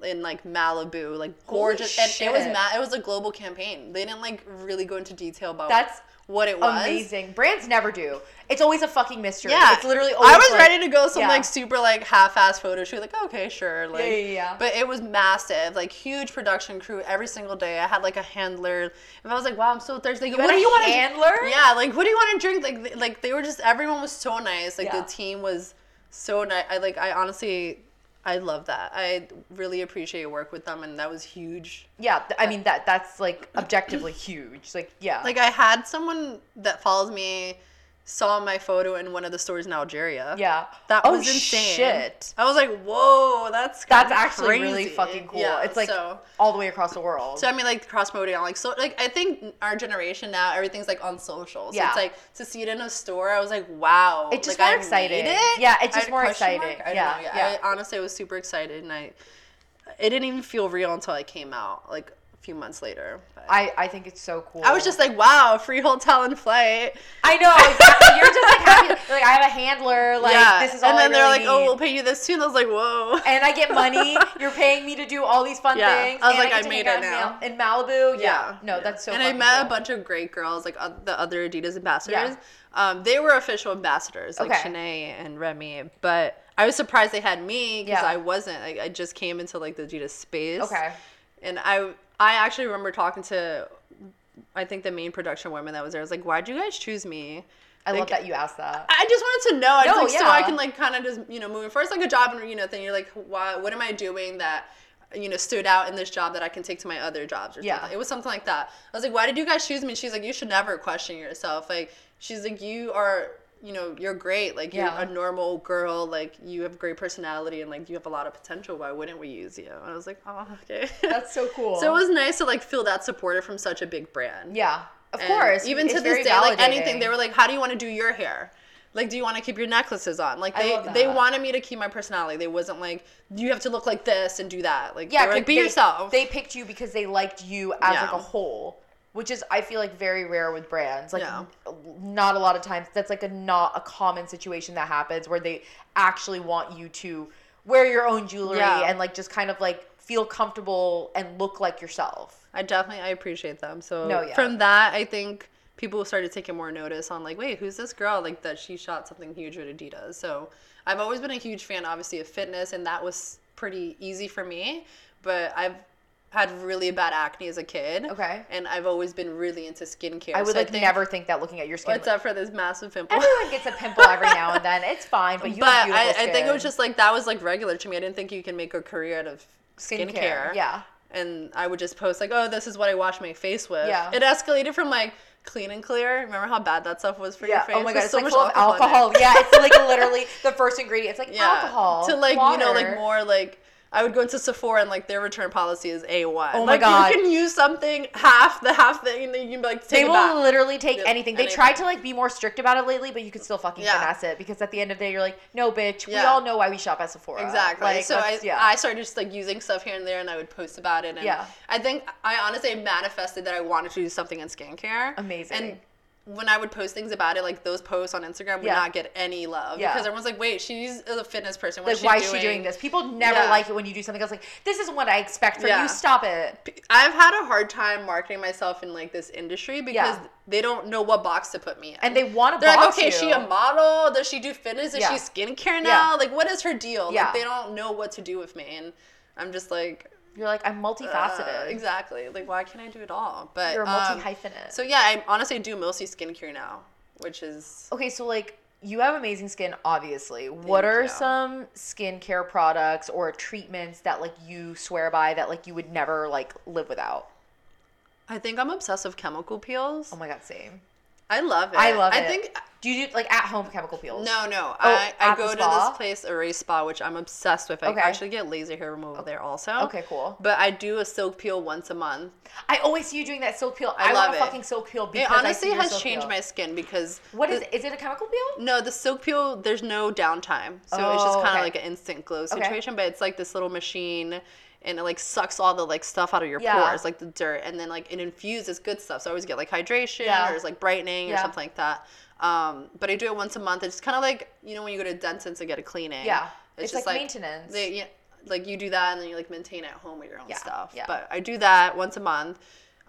Speaker 2: in like Malibu, like
Speaker 1: Holy
Speaker 2: gorgeous, and it was
Speaker 1: shit.
Speaker 2: ma- it was a global campaign. They didn't like really go into detail about
Speaker 1: That's
Speaker 2: what it was.
Speaker 1: Amazing. Brands never do. It's always a fucking mystery.
Speaker 2: Yeah,
Speaker 1: It's literally always.
Speaker 2: I was
Speaker 1: like-
Speaker 2: ready to go some
Speaker 1: Yeah.
Speaker 2: like super like half-ass photo shoot, like okay, sure, like
Speaker 1: yeah, yeah.
Speaker 2: But it was massive, like huge production crew every single day. I had like a handler, and I was like, wow, I'm so thirsty. Like,
Speaker 1: had
Speaker 2: what do
Speaker 1: a
Speaker 2: you want?
Speaker 1: handler?
Speaker 2: Yeah, like what do you want to drink? Like, th- like they were just everyone was so nice. Like
Speaker 1: Yeah.
Speaker 2: the team was so nice. I like I honestly, I love that. I really appreciate your work with them, and that was huge.
Speaker 1: Yeah. th- I mean that that's like objectively huge. Like yeah.
Speaker 2: Like I had someone that follows me saw my photo in one of the stores in Algeria.
Speaker 1: Yeah.
Speaker 2: That
Speaker 1: Oh,
Speaker 2: was insane.
Speaker 1: shit.
Speaker 2: I was like, whoa, that's
Speaker 1: That's
Speaker 2: kinda
Speaker 1: actually really
Speaker 2: crazy.
Speaker 1: fucking cool.
Speaker 2: Yeah,
Speaker 1: it's like
Speaker 2: so,
Speaker 1: all the way across the world.
Speaker 2: so I mean, like cross promoting on like so like I think our generation now everything's like on social. So
Speaker 1: Yeah.
Speaker 2: it's like to see it in a store, I was like, wow.
Speaker 1: It's just
Speaker 2: like,
Speaker 1: more
Speaker 2: I
Speaker 1: exciting.
Speaker 2: made it?
Speaker 1: Yeah, it's just
Speaker 2: I-
Speaker 1: more
Speaker 2: question mark?
Speaker 1: exciting.
Speaker 2: I don't
Speaker 1: Yeah,
Speaker 2: know.
Speaker 1: yeah.
Speaker 2: I, honestly, I was super excited, and I it didn't even feel real until I came out like a few months later. But
Speaker 1: I, I think it's so cool.
Speaker 2: I was just like, wow, free hotel and flight.
Speaker 1: I know. Exactly. You're just like happy. Like I have a handler. Like this is all
Speaker 2: And
Speaker 1: I
Speaker 2: then they're like,
Speaker 1: really
Speaker 2: oh,
Speaker 1: need.
Speaker 2: we'll pay you this too. And I was like, whoa.
Speaker 1: and I get money. You're paying me to do all these fun
Speaker 2: Yeah.
Speaker 1: things.
Speaker 2: I was
Speaker 1: and
Speaker 2: like,
Speaker 1: get
Speaker 2: I
Speaker 1: to
Speaker 2: made
Speaker 1: hang
Speaker 2: it
Speaker 1: out in Mal- in Malibu. Yeah. No, that's so.
Speaker 2: And I
Speaker 1: fucking
Speaker 2: met a
Speaker 1: cool.
Speaker 2: bunch of great girls, like oth- the other Adidas ambassadors. Um, they were official ambassadors, like
Speaker 1: Okay.
Speaker 2: Shanae and Remy. But I was surprised they had me because
Speaker 1: Yeah.
Speaker 2: I wasn't. Like, I just came into like the Adidas space.
Speaker 1: Okay.
Speaker 2: And I, I actually remember talking to, I think the main production woman that was there. I was like, why'd you guys choose me?
Speaker 1: I
Speaker 2: Like,
Speaker 1: love that you asked that.
Speaker 2: I just wanted to know. I just,
Speaker 1: No,
Speaker 2: like, So I
Speaker 1: yeah.
Speaker 2: can like kind of just you know moving forward. It's like a job and you know thing. You're like, why? What am I doing that you know stood out in this job that I can take to my other jobs? Or
Speaker 1: Yeah.
Speaker 2: something. It was something like that. I was like, why did you guys choose me? And she's like, you should never question yourself. Like she's like, you are. You know, you're great. Like you're
Speaker 1: Yeah.
Speaker 2: a normal girl. Like you have great personality and like you have a lot of potential. Why wouldn't we use you? And I was like, oh, okay.
Speaker 1: That's so cool.
Speaker 2: so it was nice to like feel that supported from such a big brand.
Speaker 1: yeah, of
Speaker 2: And
Speaker 1: course.
Speaker 2: Even
Speaker 1: it's
Speaker 2: to
Speaker 1: very
Speaker 2: this day, like anything,
Speaker 1: validating.
Speaker 2: they were like, "How do you want to do your hair? Like, do you want to keep your necklaces on? Like,
Speaker 1: I
Speaker 2: they
Speaker 1: love
Speaker 2: they
Speaker 1: that.
Speaker 2: wanted me to keep my personality. They wasn't like, you have to look like this and do that. Like,
Speaker 1: yeah,
Speaker 2: they were like
Speaker 1: 'cause
Speaker 2: be
Speaker 1: they-
Speaker 2: yourself.
Speaker 1: They picked you because they liked you as like
Speaker 2: Yeah.
Speaker 1: a whole, which is I feel like very rare with brands. Like
Speaker 2: Yeah.
Speaker 1: n- not a lot of times that's like a not a common situation that happens where they actually want you to wear your own jewelry
Speaker 2: Yeah.
Speaker 1: and like just kind of like feel comfortable and look like yourself.
Speaker 2: I definitely I appreciate them. So
Speaker 1: No, yeah.
Speaker 2: from that, I think people started taking more notice on like, wait, who's this girl? Like that she shot something huge with Adidas. So I've always been a huge fan, obviously, of fitness, and that was pretty easy for me. But I've had really bad acne as a kid.
Speaker 1: Okay.
Speaker 2: And I've always been really into skincare.
Speaker 1: I would
Speaker 2: So
Speaker 1: like
Speaker 2: think-
Speaker 1: never think that looking at your skin.
Speaker 2: What's up for this massive pimple?
Speaker 1: Everyone gets a pimple every now and then. It's fine, but you
Speaker 2: but
Speaker 1: have beautiful
Speaker 2: I, I think it was
Speaker 1: skin.
Speaker 2: just like that was like regular to me. I didn't think you can make a career out of skincare.
Speaker 1: Skincare, yeah.
Speaker 2: And I would just post like, oh, this is what I wash my face with.
Speaker 1: Yeah.
Speaker 2: It escalated from like clean and clear. Remember how bad that stuff was for your face?
Speaker 1: Oh my god, it's
Speaker 2: There's
Speaker 1: like full of alcohol.
Speaker 2: in it.
Speaker 1: Yeah, it's like literally the first ingredient. It's like alcohol.
Speaker 2: To like you know
Speaker 1: water.
Speaker 2: like more like. I would go into Sephora and like their return policy is A one.
Speaker 1: Oh my
Speaker 2: like,
Speaker 1: God.
Speaker 2: You can use something half the half thing and then you can be like take
Speaker 1: They
Speaker 2: it
Speaker 1: will
Speaker 2: back.
Speaker 1: literally take
Speaker 2: Yeah,
Speaker 1: anything. They
Speaker 2: anything.
Speaker 1: tried to like be more strict about it lately, but you could still fucking
Speaker 2: Yeah.
Speaker 1: finesse it because at the end of the day, you're like, no, bitch, we
Speaker 2: Yeah.
Speaker 1: all know why we shop at Sephora.
Speaker 2: Exactly.
Speaker 1: Like,
Speaker 2: so I,
Speaker 1: that's- yeah.
Speaker 2: I started just like using stuff here and there, and I would post about it. And
Speaker 1: Yeah.
Speaker 2: I think I honestly manifested that I wanted to do something in skincare.
Speaker 1: Amazing.
Speaker 2: And when I would post things about it, like those posts on Instagram would
Speaker 1: Yeah.
Speaker 2: not get any love
Speaker 1: Yeah.
Speaker 2: because everyone's like, "Wait, she's a fitness person.
Speaker 1: like,
Speaker 2: What's
Speaker 1: why is she doing this? People never
Speaker 2: Yeah.
Speaker 1: like it when you do something else. Like, this isn't what I expect from
Speaker 2: Yeah.
Speaker 1: you. Stop it.
Speaker 2: I've had a hard time marketing myself in like this industry because they don't know what box to put me in.
Speaker 1: And they wanna
Speaker 2: They're
Speaker 1: box
Speaker 2: like, okay, is she
Speaker 1: you."
Speaker 2: a model? Does she do fitness? Is
Speaker 1: Yeah.
Speaker 2: she skincare now?
Speaker 1: Yeah.
Speaker 2: Like, what is her deal?
Speaker 1: Yeah.
Speaker 2: Like, they don't know what to do with me, and I'm just like,
Speaker 1: You're like, I'm multifaceted.
Speaker 2: Uh, exactly. Like, why can't I do it all? But
Speaker 1: You're a
Speaker 2: um,
Speaker 1: multi-hyphenate.
Speaker 2: So yeah, I honestly do mostly skincare now, which is
Speaker 1: Okay, so like you have amazing skin, obviously. What
Speaker 2: Thank
Speaker 1: are
Speaker 2: you.
Speaker 1: some skincare products or treatments that like you swear by that like you would never like live without?
Speaker 2: I think I'm obsessed with chemical peels.
Speaker 1: Oh my god, same.
Speaker 2: I love it.
Speaker 1: I love it.
Speaker 2: Uh, I think
Speaker 1: do you do like at home chemical peels?
Speaker 2: no, no. I, I
Speaker 1: at the
Speaker 2: go to
Speaker 1: spa?
Speaker 2: this place, Array Spa, which I'm obsessed with. I
Speaker 1: Okay.
Speaker 2: actually get laser hair removal there also.
Speaker 1: Okay, cool.
Speaker 2: But I do a silk peel once a month.
Speaker 1: I always see you doing that silk peel. I,
Speaker 2: I
Speaker 1: want
Speaker 2: love
Speaker 1: a
Speaker 2: it.
Speaker 1: fucking silk peel because
Speaker 2: It
Speaker 1: I
Speaker 2: honestly
Speaker 1: see your
Speaker 2: has
Speaker 1: silk
Speaker 2: changed
Speaker 1: peel.
Speaker 2: my skin because
Speaker 1: What is
Speaker 2: the-
Speaker 1: it? Is it a chemical peel?
Speaker 2: No, the silk peel, there's no downtime. So it's
Speaker 1: Oh,
Speaker 2: just kind of
Speaker 1: okay.
Speaker 2: like an instant glow situation, but it's like this little machine and it like sucks all the like stuff out of your
Speaker 1: Yeah.
Speaker 2: pores, like the dirt, and then like it infuses good stuff. So I always get like hydration
Speaker 1: Yeah.
Speaker 2: or it's like brightening
Speaker 1: Yeah.
Speaker 2: or something like that. Um, but I do it once a month. It's kind of like, you know, when you go to dentist to get a cleaning.
Speaker 1: Yeah. It's
Speaker 2: just
Speaker 1: like maintenance.
Speaker 2: They, yeah, like you do that and then you like maintain at home with your own
Speaker 1: Yeah,
Speaker 2: stuff.
Speaker 1: yeah.
Speaker 2: But I do that once a month.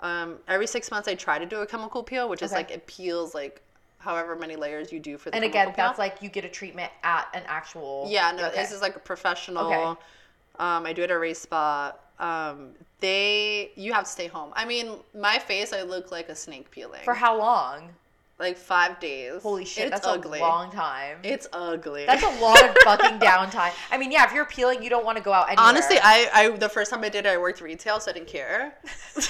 Speaker 2: Um, every six months, I try to do a chemical peel, which is
Speaker 1: Okay.
Speaker 2: like it peels like however many layers you do for the
Speaker 1: And again,
Speaker 2: chemical peel.
Speaker 1: that's like you get a treatment at an actual.
Speaker 2: Yeah, no,
Speaker 1: Okay.
Speaker 2: this is like a professional.
Speaker 1: Okay.
Speaker 2: Um, I do it at a race spa. Um, they, you have to stay home. I mean, my face, I look like a snake peeling.
Speaker 1: for how long?
Speaker 2: Like five days.
Speaker 1: Holy shit,
Speaker 2: It's
Speaker 1: that's
Speaker 2: ugly.
Speaker 1: a long time.
Speaker 2: It's ugly.
Speaker 1: that's a lot of fucking downtime. I mean, yeah, if you're peeling, you don't want to go out anywhere.
Speaker 2: Honestly, I, I the first time I did it, I worked retail, so I didn't care.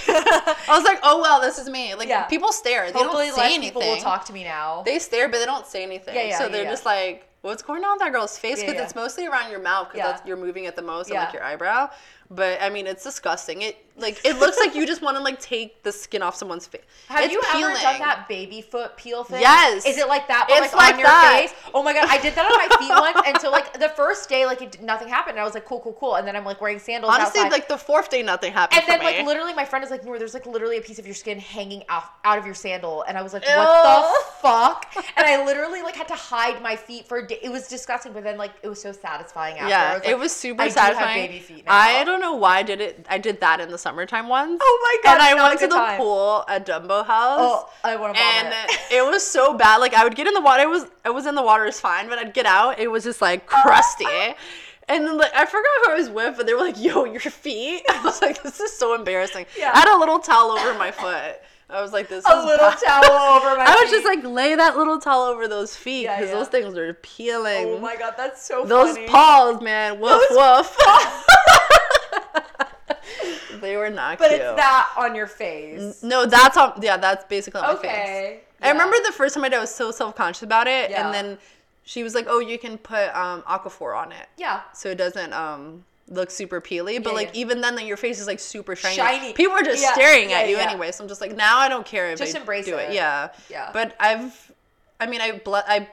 Speaker 2: I was like, oh well, this is me. Like
Speaker 1: Yeah.
Speaker 2: people stare, they
Speaker 1: hopefully
Speaker 2: don't say
Speaker 1: less
Speaker 2: anything.
Speaker 1: people will talk to me now.
Speaker 2: They stare, but they don't say anything.
Speaker 1: Yeah, yeah,
Speaker 2: so
Speaker 1: yeah,
Speaker 2: they're
Speaker 1: yeah.
Speaker 2: just like, what's going on with that girl's face?
Speaker 1: Yeah,
Speaker 2: Because
Speaker 1: yeah.
Speaker 2: it's mostly around your mouth because
Speaker 1: Yeah.
Speaker 2: that's you're moving it the most, and
Speaker 1: Yeah.
Speaker 2: like your eyebrow. But I mean, it's disgusting. It like it looks like you just want to like take the skin off someone's face.
Speaker 1: Have
Speaker 2: It's
Speaker 1: you ever
Speaker 2: peeling.
Speaker 1: done that baby foot peel thing?
Speaker 2: Yes.
Speaker 1: Is it like that, but
Speaker 2: It's
Speaker 1: like,
Speaker 2: like
Speaker 1: on your
Speaker 2: that.
Speaker 1: face? Oh my god, I did that on my feet once, and so like the first day, like it, did- nothing happened. And I was like, cool, cool, cool, and then I'm like wearing sandals.
Speaker 2: Honestly,
Speaker 1: outside.
Speaker 2: like the fourth day, nothing happened.
Speaker 1: And then,
Speaker 2: for
Speaker 1: like,
Speaker 2: me.
Speaker 1: literally, my friend is like, Noor, there's like literally a piece of your skin hanging off out of your sandal. And I was like, what
Speaker 2: Ew.
Speaker 1: the fuck? And I literally, like, had to hide my feet for a day. It was disgusting, but then, like, it was so satisfying after. I
Speaker 2: Yeah,
Speaker 1: was
Speaker 2: it
Speaker 1: like,
Speaker 2: was super
Speaker 1: I do have
Speaker 2: satisfying.
Speaker 1: baby feet now.
Speaker 2: I don't know why I did it. I did that in the summertime once.
Speaker 1: Oh my God,
Speaker 2: And I
Speaker 1: it's not a
Speaker 2: went to
Speaker 1: good
Speaker 2: the
Speaker 1: time.
Speaker 2: pool at Dumbo House.
Speaker 1: Oh, I want to vomit.
Speaker 2: and it was so bad. Like I would get in the water. It was I was in the water. It was fine, but I'd get out. It was just like crusty. And then like I forgot who I was with, but they were like, "Yo, your feet." I was like, "This is so embarrassing."
Speaker 1: Yeah.
Speaker 2: I had a little towel over my foot. I was like, "This
Speaker 1: a
Speaker 2: is
Speaker 1: little
Speaker 2: bad.
Speaker 1: towel over my
Speaker 2: I would just
Speaker 1: feet.
Speaker 2: like lay that little towel over those feet
Speaker 1: Yeah,
Speaker 2: because
Speaker 1: yeah.
Speaker 2: those things are peeling.
Speaker 1: oh my God, that's so
Speaker 2: Those
Speaker 1: funny.
Speaker 2: paws, man. Woof
Speaker 1: Those
Speaker 2: woof. they were not
Speaker 1: But
Speaker 2: cute.
Speaker 1: it's that on your face.
Speaker 2: No, that's on. Yeah, that's basically on my face.
Speaker 1: Okay.
Speaker 2: Mm, I
Speaker 1: Yeah.
Speaker 2: remember the first time I did, I was so self conscious about it,
Speaker 1: Yeah.
Speaker 2: and then she was like, "Oh, you can put um, Aquaphor on it,
Speaker 1: Yeah.
Speaker 2: so it doesn't um look super peely." But
Speaker 1: Yeah,
Speaker 2: like
Speaker 1: yeah.
Speaker 2: even then, like your face is like super shiny.
Speaker 1: Shiny.
Speaker 2: People are just
Speaker 1: Yeah,
Speaker 2: staring
Speaker 1: yeah,
Speaker 2: at you
Speaker 1: yeah.
Speaker 2: anyway, so I'm just like, now I don't care if
Speaker 1: Just
Speaker 2: I
Speaker 1: embrace
Speaker 2: do it.
Speaker 1: it.
Speaker 2: Yeah,
Speaker 1: Yeah.
Speaker 2: But I've, I mean, I bl- I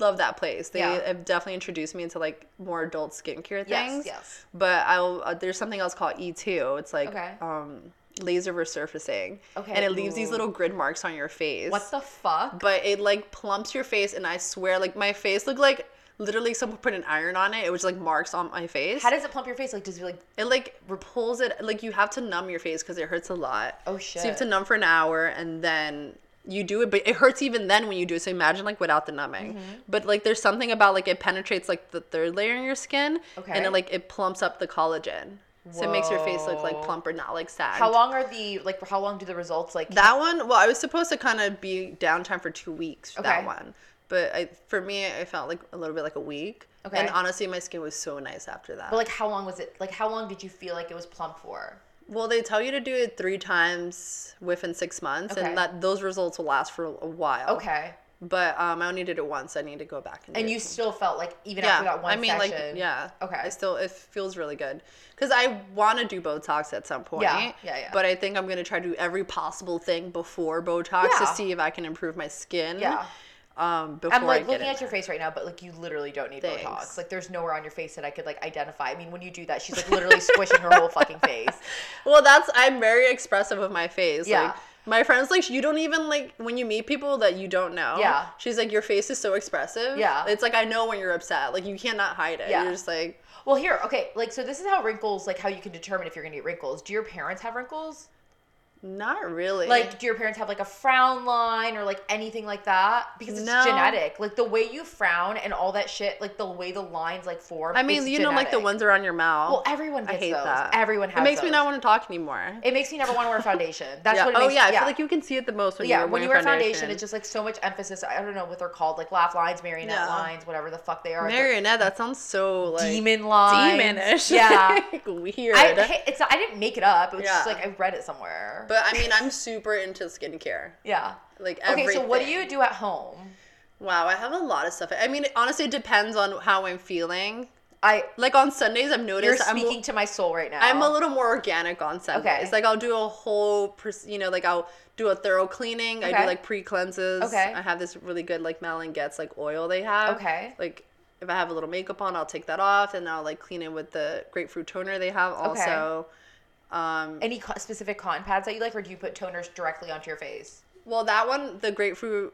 Speaker 2: love that place. They
Speaker 1: Yeah.
Speaker 2: have definitely introduced me into like more adult skincare
Speaker 1: Yes,
Speaker 2: things.
Speaker 1: yes.
Speaker 2: But I'll uh, there's something else called E2. It's like
Speaker 1: Okay.
Speaker 2: um laser resurfacing.
Speaker 1: Okay,
Speaker 2: And it leaves these
Speaker 1: ooh.
Speaker 2: little grid marks on your face
Speaker 1: What the fuck?
Speaker 2: but it like plumps your face and i swear like my face looked like literally someone put an iron on it it was like marks on my face
Speaker 1: How does it plump your face? Like, does it like,
Speaker 2: it like repulls it like you have to numb your face because it hurts a lot
Speaker 1: oh
Speaker 2: so
Speaker 1: shit?
Speaker 2: you have to numb for an hour and then you do it but it hurts even then when you do it so imagine like without the numbing
Speaker 1: Mm-hmm.
Speaker 2: but like there's something about like it penetrates like the third layer in your skin and
Speaker 1: Okay.
Speaker 2: it like it plumps up the collagen so it makes your face look like
Speaker 1: Whoa.
Speaker 2: plumper not like sad
Speaker 1: how long are the like? How long do the results like?
Speaker 2: that one, well, I was supposed to kind of be downtime for two weeks for that
Speaker 1: Okay.
Speaker 2: one, but I, for me, I felt like a little bit like a week.
Speaker 1: Okay.
Speaker 2: And honestly, my skin was so nice after that.
Speaker 1: But like, how long was it? Like, how long did you feel like it was plump for?
Speaker 2: well, they tell you to do it three times within six months,
Speaker 1: Okay.
Speaker 2: and that those results will last for a while.
Speaker 1: Okay.
Speaker 2: But um, I only did it once. I need to go back and. do
Speaker 1: And
Speaker 2: it
Speaker 1: you still felt like even
Speaker 2: yeah,
Speaker 1: after that one
Speaker 2: I mean,
Speaker 1: session.
Speaker 2: like, yeah.
Speaker 1: Okay.
Speaker 2: I still, it feels really good because I want to do Botox at some point.
Speaker 1: Yeah, yeah, yeah.
Speaker 2: But I think I'm gonna try to do every possible thing before Botox to
Speaker 1: Yeah.
Speaker 2: see if I can improve my skin.
Speaker 1: Yeah.
Speaker 2: Um, before
Speaker 1: I'm
Speaker 2: I
Speaker 1: like
Speaker 2: get
Speaker 1: looking
Speaker 2: it.
Speaker 1: at your face right now, but like you literally don't need
Speaker 2: Thanks.
Speaker 1: Botox. Like there's nowhere on your face that I could like identify. I mean, when you do that, she's like literally squishing her whole fucking face.
Speaker 2: Well, that's I'm very expressive with my face. Like
Speaker 1: Yeah.
Speaker 2: my friends like you don't even like when you meet people that you don't know.
Speaker 1: Yeah.
Speaker 2: She's like your face is so expressive.
Speaker 1: Yeah.
Speaker 2: It's like I know when you're upset. Like you cannot hide it.
Speaker 1: Yeah.
Speaker 2: You're just like
Speaker 1: Well, here, okay, like so this is how wrinkles, like how you can determine if you're gonna get wrinkles. Do your parents have wrinkles?
Speaker 2: not really.
Speaker 1: Like, do your parents have like a frown line or like anything like that? Because it's
Speaker 2: No.
Speaker 1: genetic. Like the way you frown and all that shit, like the way the lines like form.
Speaker 2: I mean,
Speaker 1: is
Speaker 2: you know, like the
Speaker 1: genetic.
Speaker 2: ones around your mouth.
Speaker 1: Well, everyone gets
Speaker 2: I hate
Speaker 1: those.
Speaker 2: that.
Speaker 1: Everyone has.
Speaker 2: It makes me
Speaker 1: those.
Speaker 2: not want to talk anymore.
Speaker 1: It makes me never want to wear foundation. That's
Speaker 2: yeah.
Speaker 1: what. It
Speaker 2: oh
Speaker 1: makes,
Speaker 2: yeah, I feel like you can see it the most when
Speaker 1: yeah,
Speaker 2: you're
Speaker 1: when you wear
Speaker 2: wearing
Speaker 1: foundation, it's just like so much emphasis. I don't know what they're called, like laugh lines, marionette
Speaker 2: Yeah.
Speaker 1: lines, whatever the fuck they are. They're
Speaker 2: marionette. That sounds so like
Speaker 1: demon lines.
Speaker 2: demonish.
Speaker 1: Yeah.
Speaker 2: Like, weird.
Speaker 1: I, hey, it's not, I didn't make it up. It was just
Speaker 2: Yeah.
Speaker 1: like I read it somewhere.
Speaker 2: but I mean, I'm super into skincare.
Speaker 1: yeah.
Speaker 2: Like
Speaker 1: Okay,
Speaker 2: everything.
Speaker 1: so what do you do at home?
Speaker 2: Wow, I have a lot of stuff. I mean, it honestly depends on how I'm feeling.
Speaker 1: I
Speaker 2: Like on Sundays, I've
Speaker 1: you're
Speaker 2: noticed I'm
Speaker 1: speaking to my soul right now.
Speaker 2: I'm a little more organic on Sundays.
Speaker 1: Okay.
Speaker 2: Like I'll do a whole, pres- you know, like I'll do a thorough cleaning. I do
Speaker 1: Okay.
Speaker 2: like pre cleanses.
Speaker 1: Okay.
Speaker 2: I have this really good like Malin Gets like oil they have.
Speaker 1: Okay.
Speaker 2: Like if I have a little makeup on, I'll take that off and I'll like clean it with the grapefruit toner they have also. Um,
Speaker 1: Any co- specific cotton pads that you like, or do you put toners directly onto your face?
Speaker 2: Well, that one, the grapefruit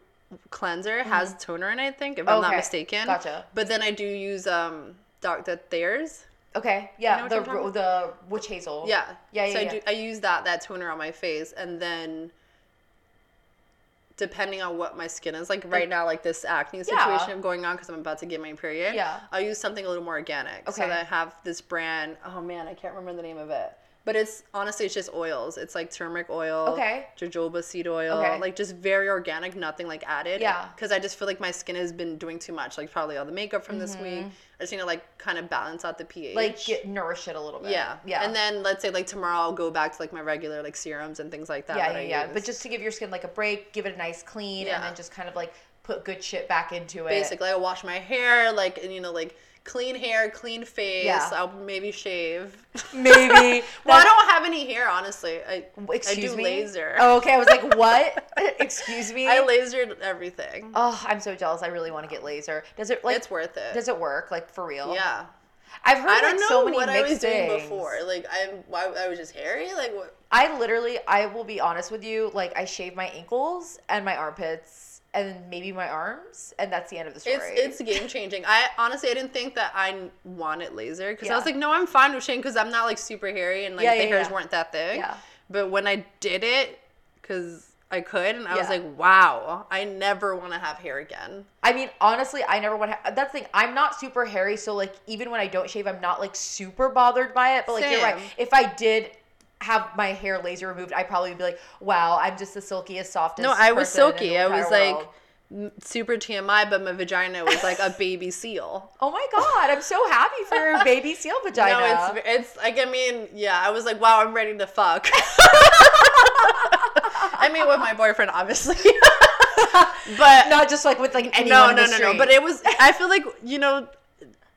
Speaker 2: cleanser has toner in it, I think, if I'm
Speaker 1: Mm.
Speaker 2: not
Speaker 1: Okay.
Speaker 2: mistaken.
Speaker 1: Gotcha.
Speaker 2: But then I do use um Dr. Thayer's.
Speaker 1: Okay,
Speaker 2: know
Speaker 1: yeah,
Speaker 2: what
Speaker 1: the
Speaker 2: I'm talking
Speaker 1: ro- the witch hazel.
Speaker 2: Yeah.
Speaker 1: yeah, yeah.
Speaker 2: So
Speaker 1: yeah.
Speaker 2: I do I use that that toner on my face and then depending on what my skin is like right now like this acne
Speaker 1: Yeah.
Speaker 2: situation going on because i'm about to get my period
Speaker 1: Yeah.
Speaker 2: i'll use something a little more organic so
Speaker 1: Okay.
Speaker 2: that i have this brand oh man i can't remember the name of it But it's honestly it's just oils. It's like turmeric oil,
Speaker 1: Okay.
Speaker 2: jojoba seed oil,
Speaker 1: Okay.
Speaker 2: like just very organic, nothing like added.
Speaker 1: Yeah.
Speaker 2: Because I just feel like my skin has been doing too much, like probably all the makeup from this week. I just need to like kind of balance out the pH.
Speaker 1: Mm-hmm. Like get, nourish it a little bit.
Speaker 2: yeah,
Speaker 1: Yeah.
Speaker 2: And then let's say like tomorrow I'll go back to like my regular like serums and things like that.
Speaker 1: yeah,
Speaker 2: that
Speaker 1: yeah,
Speaker 2: I
Speaker 1: yeah.
Speaker 2: use.
Speaker 1: But just to give your skin like a break, give it a nice clean,
Speaker 2: Yeah.
Speaker 1: and then just kind of like put good shit back into it.
Speaker 2: basically I wash my hair, like and you know like clean hair, clean face.
Speaker 1: Yeah.
Speaker 2: I'll maybe shave.
Speaker 1: Maybe.
Speaker 2: Well, I
Speaker 1: That's-
Speaker 2: don't have any hair, honestly. I
Speaker 1: Excuse
Speaker 2: I do
Speaker 1: me.
Speaker 2: laser.
Speaker 1: Oh, okay. I was like, what? Excuse me.
Speaker 2: I lasered everything.
Speaker 1: oh, I'm so jealous. I really want to get laser. Does it like?
Speaker 2: it's worth it.
Speaker 1: does it work? Like for real?
Speaker 2: yeah.
Speaker 1: I've heard
Speaker 2: I don't
Speaker 1: like,
Speaker 2: know
Speaker 1: so many
Speaker 2: what I
Speaker 1: mixed
Speaker 2: was doing
Speaker 1: things.
Speaker 2: before. Like I'm, why I was just hairy. Like what?
Speaker 1: I literally, I will be honest with you. Like I shave my ankles and my armpits and maybe my arms, and that's the end of the story.
Speaker 2: It's it's game changing. I honestly I didn't think that I wanted laser because I was
Speaker 1: Yeah.
Speaker 2: like, no, I'm fine with shame because I'm not like super hairy and like
Speaker 1: Yeah,
Speaker 2: the
Speaker 1: yeah,
Speaker 2: hairs
Speaker 1: yeah.
Speaker 2: weren't that thick.
Speaker 1: Yeah.
Speaker 2: But when I did it, because I could, and I was
Speaker 1: Yeah.
Speaker 2: like, wow, I never want to have hair again.
Speaker 1: I mean, honestly, I never want. Ha- that's the thing. I'm not super hairy, so like even when I don't shave, I'm not like super bothered by it. But like you're right.
Speaker 2: Same.
Speaker 1: If I did have my hair laser removed, I probably would be like, wow, I'm just the silkiest, softest.
Speaker 2: No, I was
Speaker 1: person in the
Speaker 2: silky. I
Speaker 1: entire
Speaker 2: was like
Speaker 1: world."
Speaker 2: m- super TMI, but my vagina was like a baby seal.
Speaker 1: oh my god, I'm so happy for your baby seal vagina.
Speaker 2: No, it's it's like I mean, yeah, I was like, wow, I'm ready to fuck. I mean, with my boyfriend, obviously, but
Speaker 1: not just like with like
Speaker 2: no,
Speaker 1: anyone. in the
Speaker 2: no, no, no.
Speaker 1: street.
Speaker 2: But it was. I feel like you know,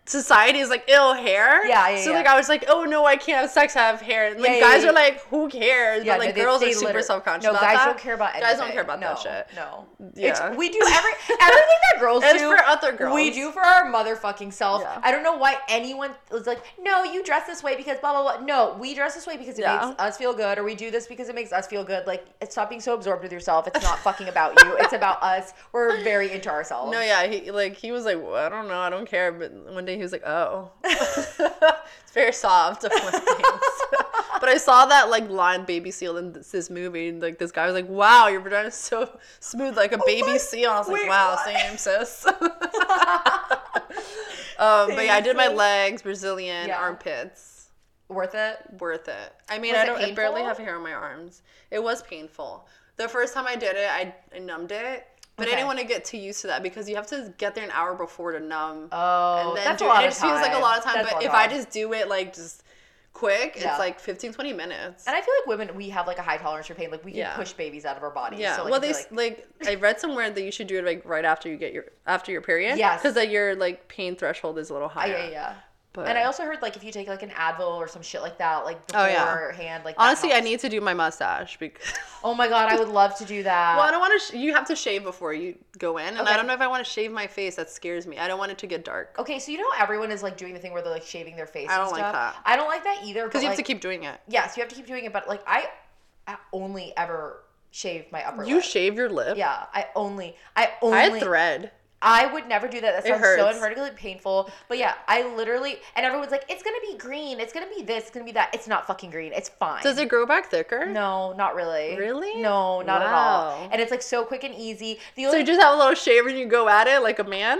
Speaker 2: society is like ill hair.
Speaker 1: Yeah, yeah,
Speaker 2: So
Speaker 1: yeah.
Speaker 2: like I was like, oh no, I can't have sex. I have hair. And, like
Speaker 1: Yeah, yeah,
Speaker 2: guys
Speaker 1: yeah.
Speaker 2: are like, who cares?
Speaker 1: Yeah,
Speaker 2: but like
Speaker 1: no, they-
Speaker 2: girls
Speaker 1: they
Speaker 2: are super
Speaker 1: literally-
Speaker 2: self conscious.
Speaker 1: No,
Speaker 2: about
Speaker 1: guys
Speaker 2: that.
Speaker 1: don't care about anything.
Speaker 2: Guys don't care about that
Speaker 1: No,
Speaker 2: shit.
Speaker 1: No.
Speaker 2: Yeah.
Speaker 1: It's, we do every everything that girls
Speaker 2: It's
Speaker 1: do
Speaker 2: for other girls.
Speaker 1: We do for our motherfucking self.
Speaker 2: Yeah.
Speaker 1: I don't know why anyone was like, no, you dress this way because blah blah blah. No, we dress this way because it
Speaker 2: Yeah.
Speaker 1: makes us feel good, or we do this because it makes us feel good. Like, it's stop being so absorbed with yourself. It's not fucking about you. It's about us. We're very into ourselves.
Speaker 2: No, yeah, he like he was like, well, I don't know, I don't care. But one day he was like, oh, it's very soft. of my things. but I saw that like line baby seal in this, this movie, and like this guy was like, wow, your vagina's so smooth like a baby
Speaker 1: my-
Speaker 2: seal. And I was like,
Speaker 1: wait,
Speaker 2: wow,
Speaker 1: what?
Speaker 2: same sis. um, but yeah, I did my
Speaker 1: Seriously?
Speaker 2: legs, Brazilian
Speaker 1: Yeah.
Speaker 2: armpits.
Speaker 1: Worth it.
Speaker 2: Worth it. I mean,
Speaker 1: Was
Speaker 2: I
Speaker 1: it
Speaker 2: don't. I barely
Speaker 1: painful?
Speaker 2: have hair on my arms. It was painful. The first time I did it, I, I numbed it, but I
Speaker 1: Okay.
Speaker 2: didn't want to get too used to that because you have to get there an hour before to numb.
Speaker 1: Oh,
Speaker 2: and then
Speaker 1: that's
Speaker 2: do
Speaker 1: a
Speaker 2: it.
Speaker 1: lot
Speaker 2: And it
Speaker 1: of
Speaker 2: just
Speaker 1: time.
Speaker 2: feels like a lot of time.
Speaker 1: That's a
Speaker 2: but
Speaker 1: lot
Speaker 2: if
Speaker 1: of
Speaker 2: I
Speaker 1: time.
Speaker 2: just do it like just quick,
Speaker 1: Yeah.
Speaker 2: it's like 15, 20 minutes.
Speaker 1: And I feel like women, we have like a high tolerance for pain. Like we can
Speaker 2: Yeah.
Speaker 1: push babies out of our bodies.
Speaker 2: yeah.
Speaker 1: So, like,
Speaker 2: well,
Speaker 1: I
Speaker 2: they
Speaker 1: feel
Speaker 2: s- like I read somewhere that you should do it like right after you get your after your period.
Speaker 1: Yes.
Speaker 2: Because that your like pain threshold is a little
Speaker 1: like,
Speaker 2: higher.
Speaker 1: yeah, yeah, yeah.
Speaker 2: But
Speaker 1: And I also heard like if you take like an Advil or some shit like that, like
Speaker 2: Oh, yeah.
Speaker 1: beforehand, like that
Speaker 2: honestly, I
Speaker 1: helps.
Speaker 2: need to do my mustache because.
Speaker 1: Oh my god, I would love to do that.
Speaker 2: Well, I don't want to. Sh- you have to shave before you go in, and I
Speaker 1: Uh, Okay.
Speaker 2: don't know if I want to shave my face. That scares me. I don't want it to get dark
Speaker 1: okay, so you know how everyone is like doing the thing where they're like shaving their face.
Speaker 2: I don't
Speaker 1: and
Speaker 2: like
Speaker 1: stuff?
Speaker 2: that.
Speaker 1: I don't like that either.
Speaker 2: because you have to keep doing it.
Speaker 1: Yes, you have to keep doing it, but like I, I only ever shave my upper
Speaker 2: You
Speaker 1: lip.
Speaker 2: shave your lip.
Speaker 1: yeah, I only, I only,
Speaker 2: I
Speaker 1: I,
Speaker 2: had thread.
Speaker 1: would never do that. That
Speaker 2: It
Speaker 1: sounds so
Speaker 2: hurts.
Speaker 1: incredibly painful. But yeah, I literally, and everyone's like, it's gonna be green, it's gonna be this, it's gonna be that. It's not fucking green. It's fine.
Speaker 2: Does it grow back thicker?
Speaker 1: No, not really.
Speaker 2: Really?
Speaker 1: No, not at
Speaker 2: Wow.
Speaker 1: all. And it's like so quick and easy. The
Speaker 2: So
Speaker 1: only
Speaker 2: you just have a little shave and you go at it like a man.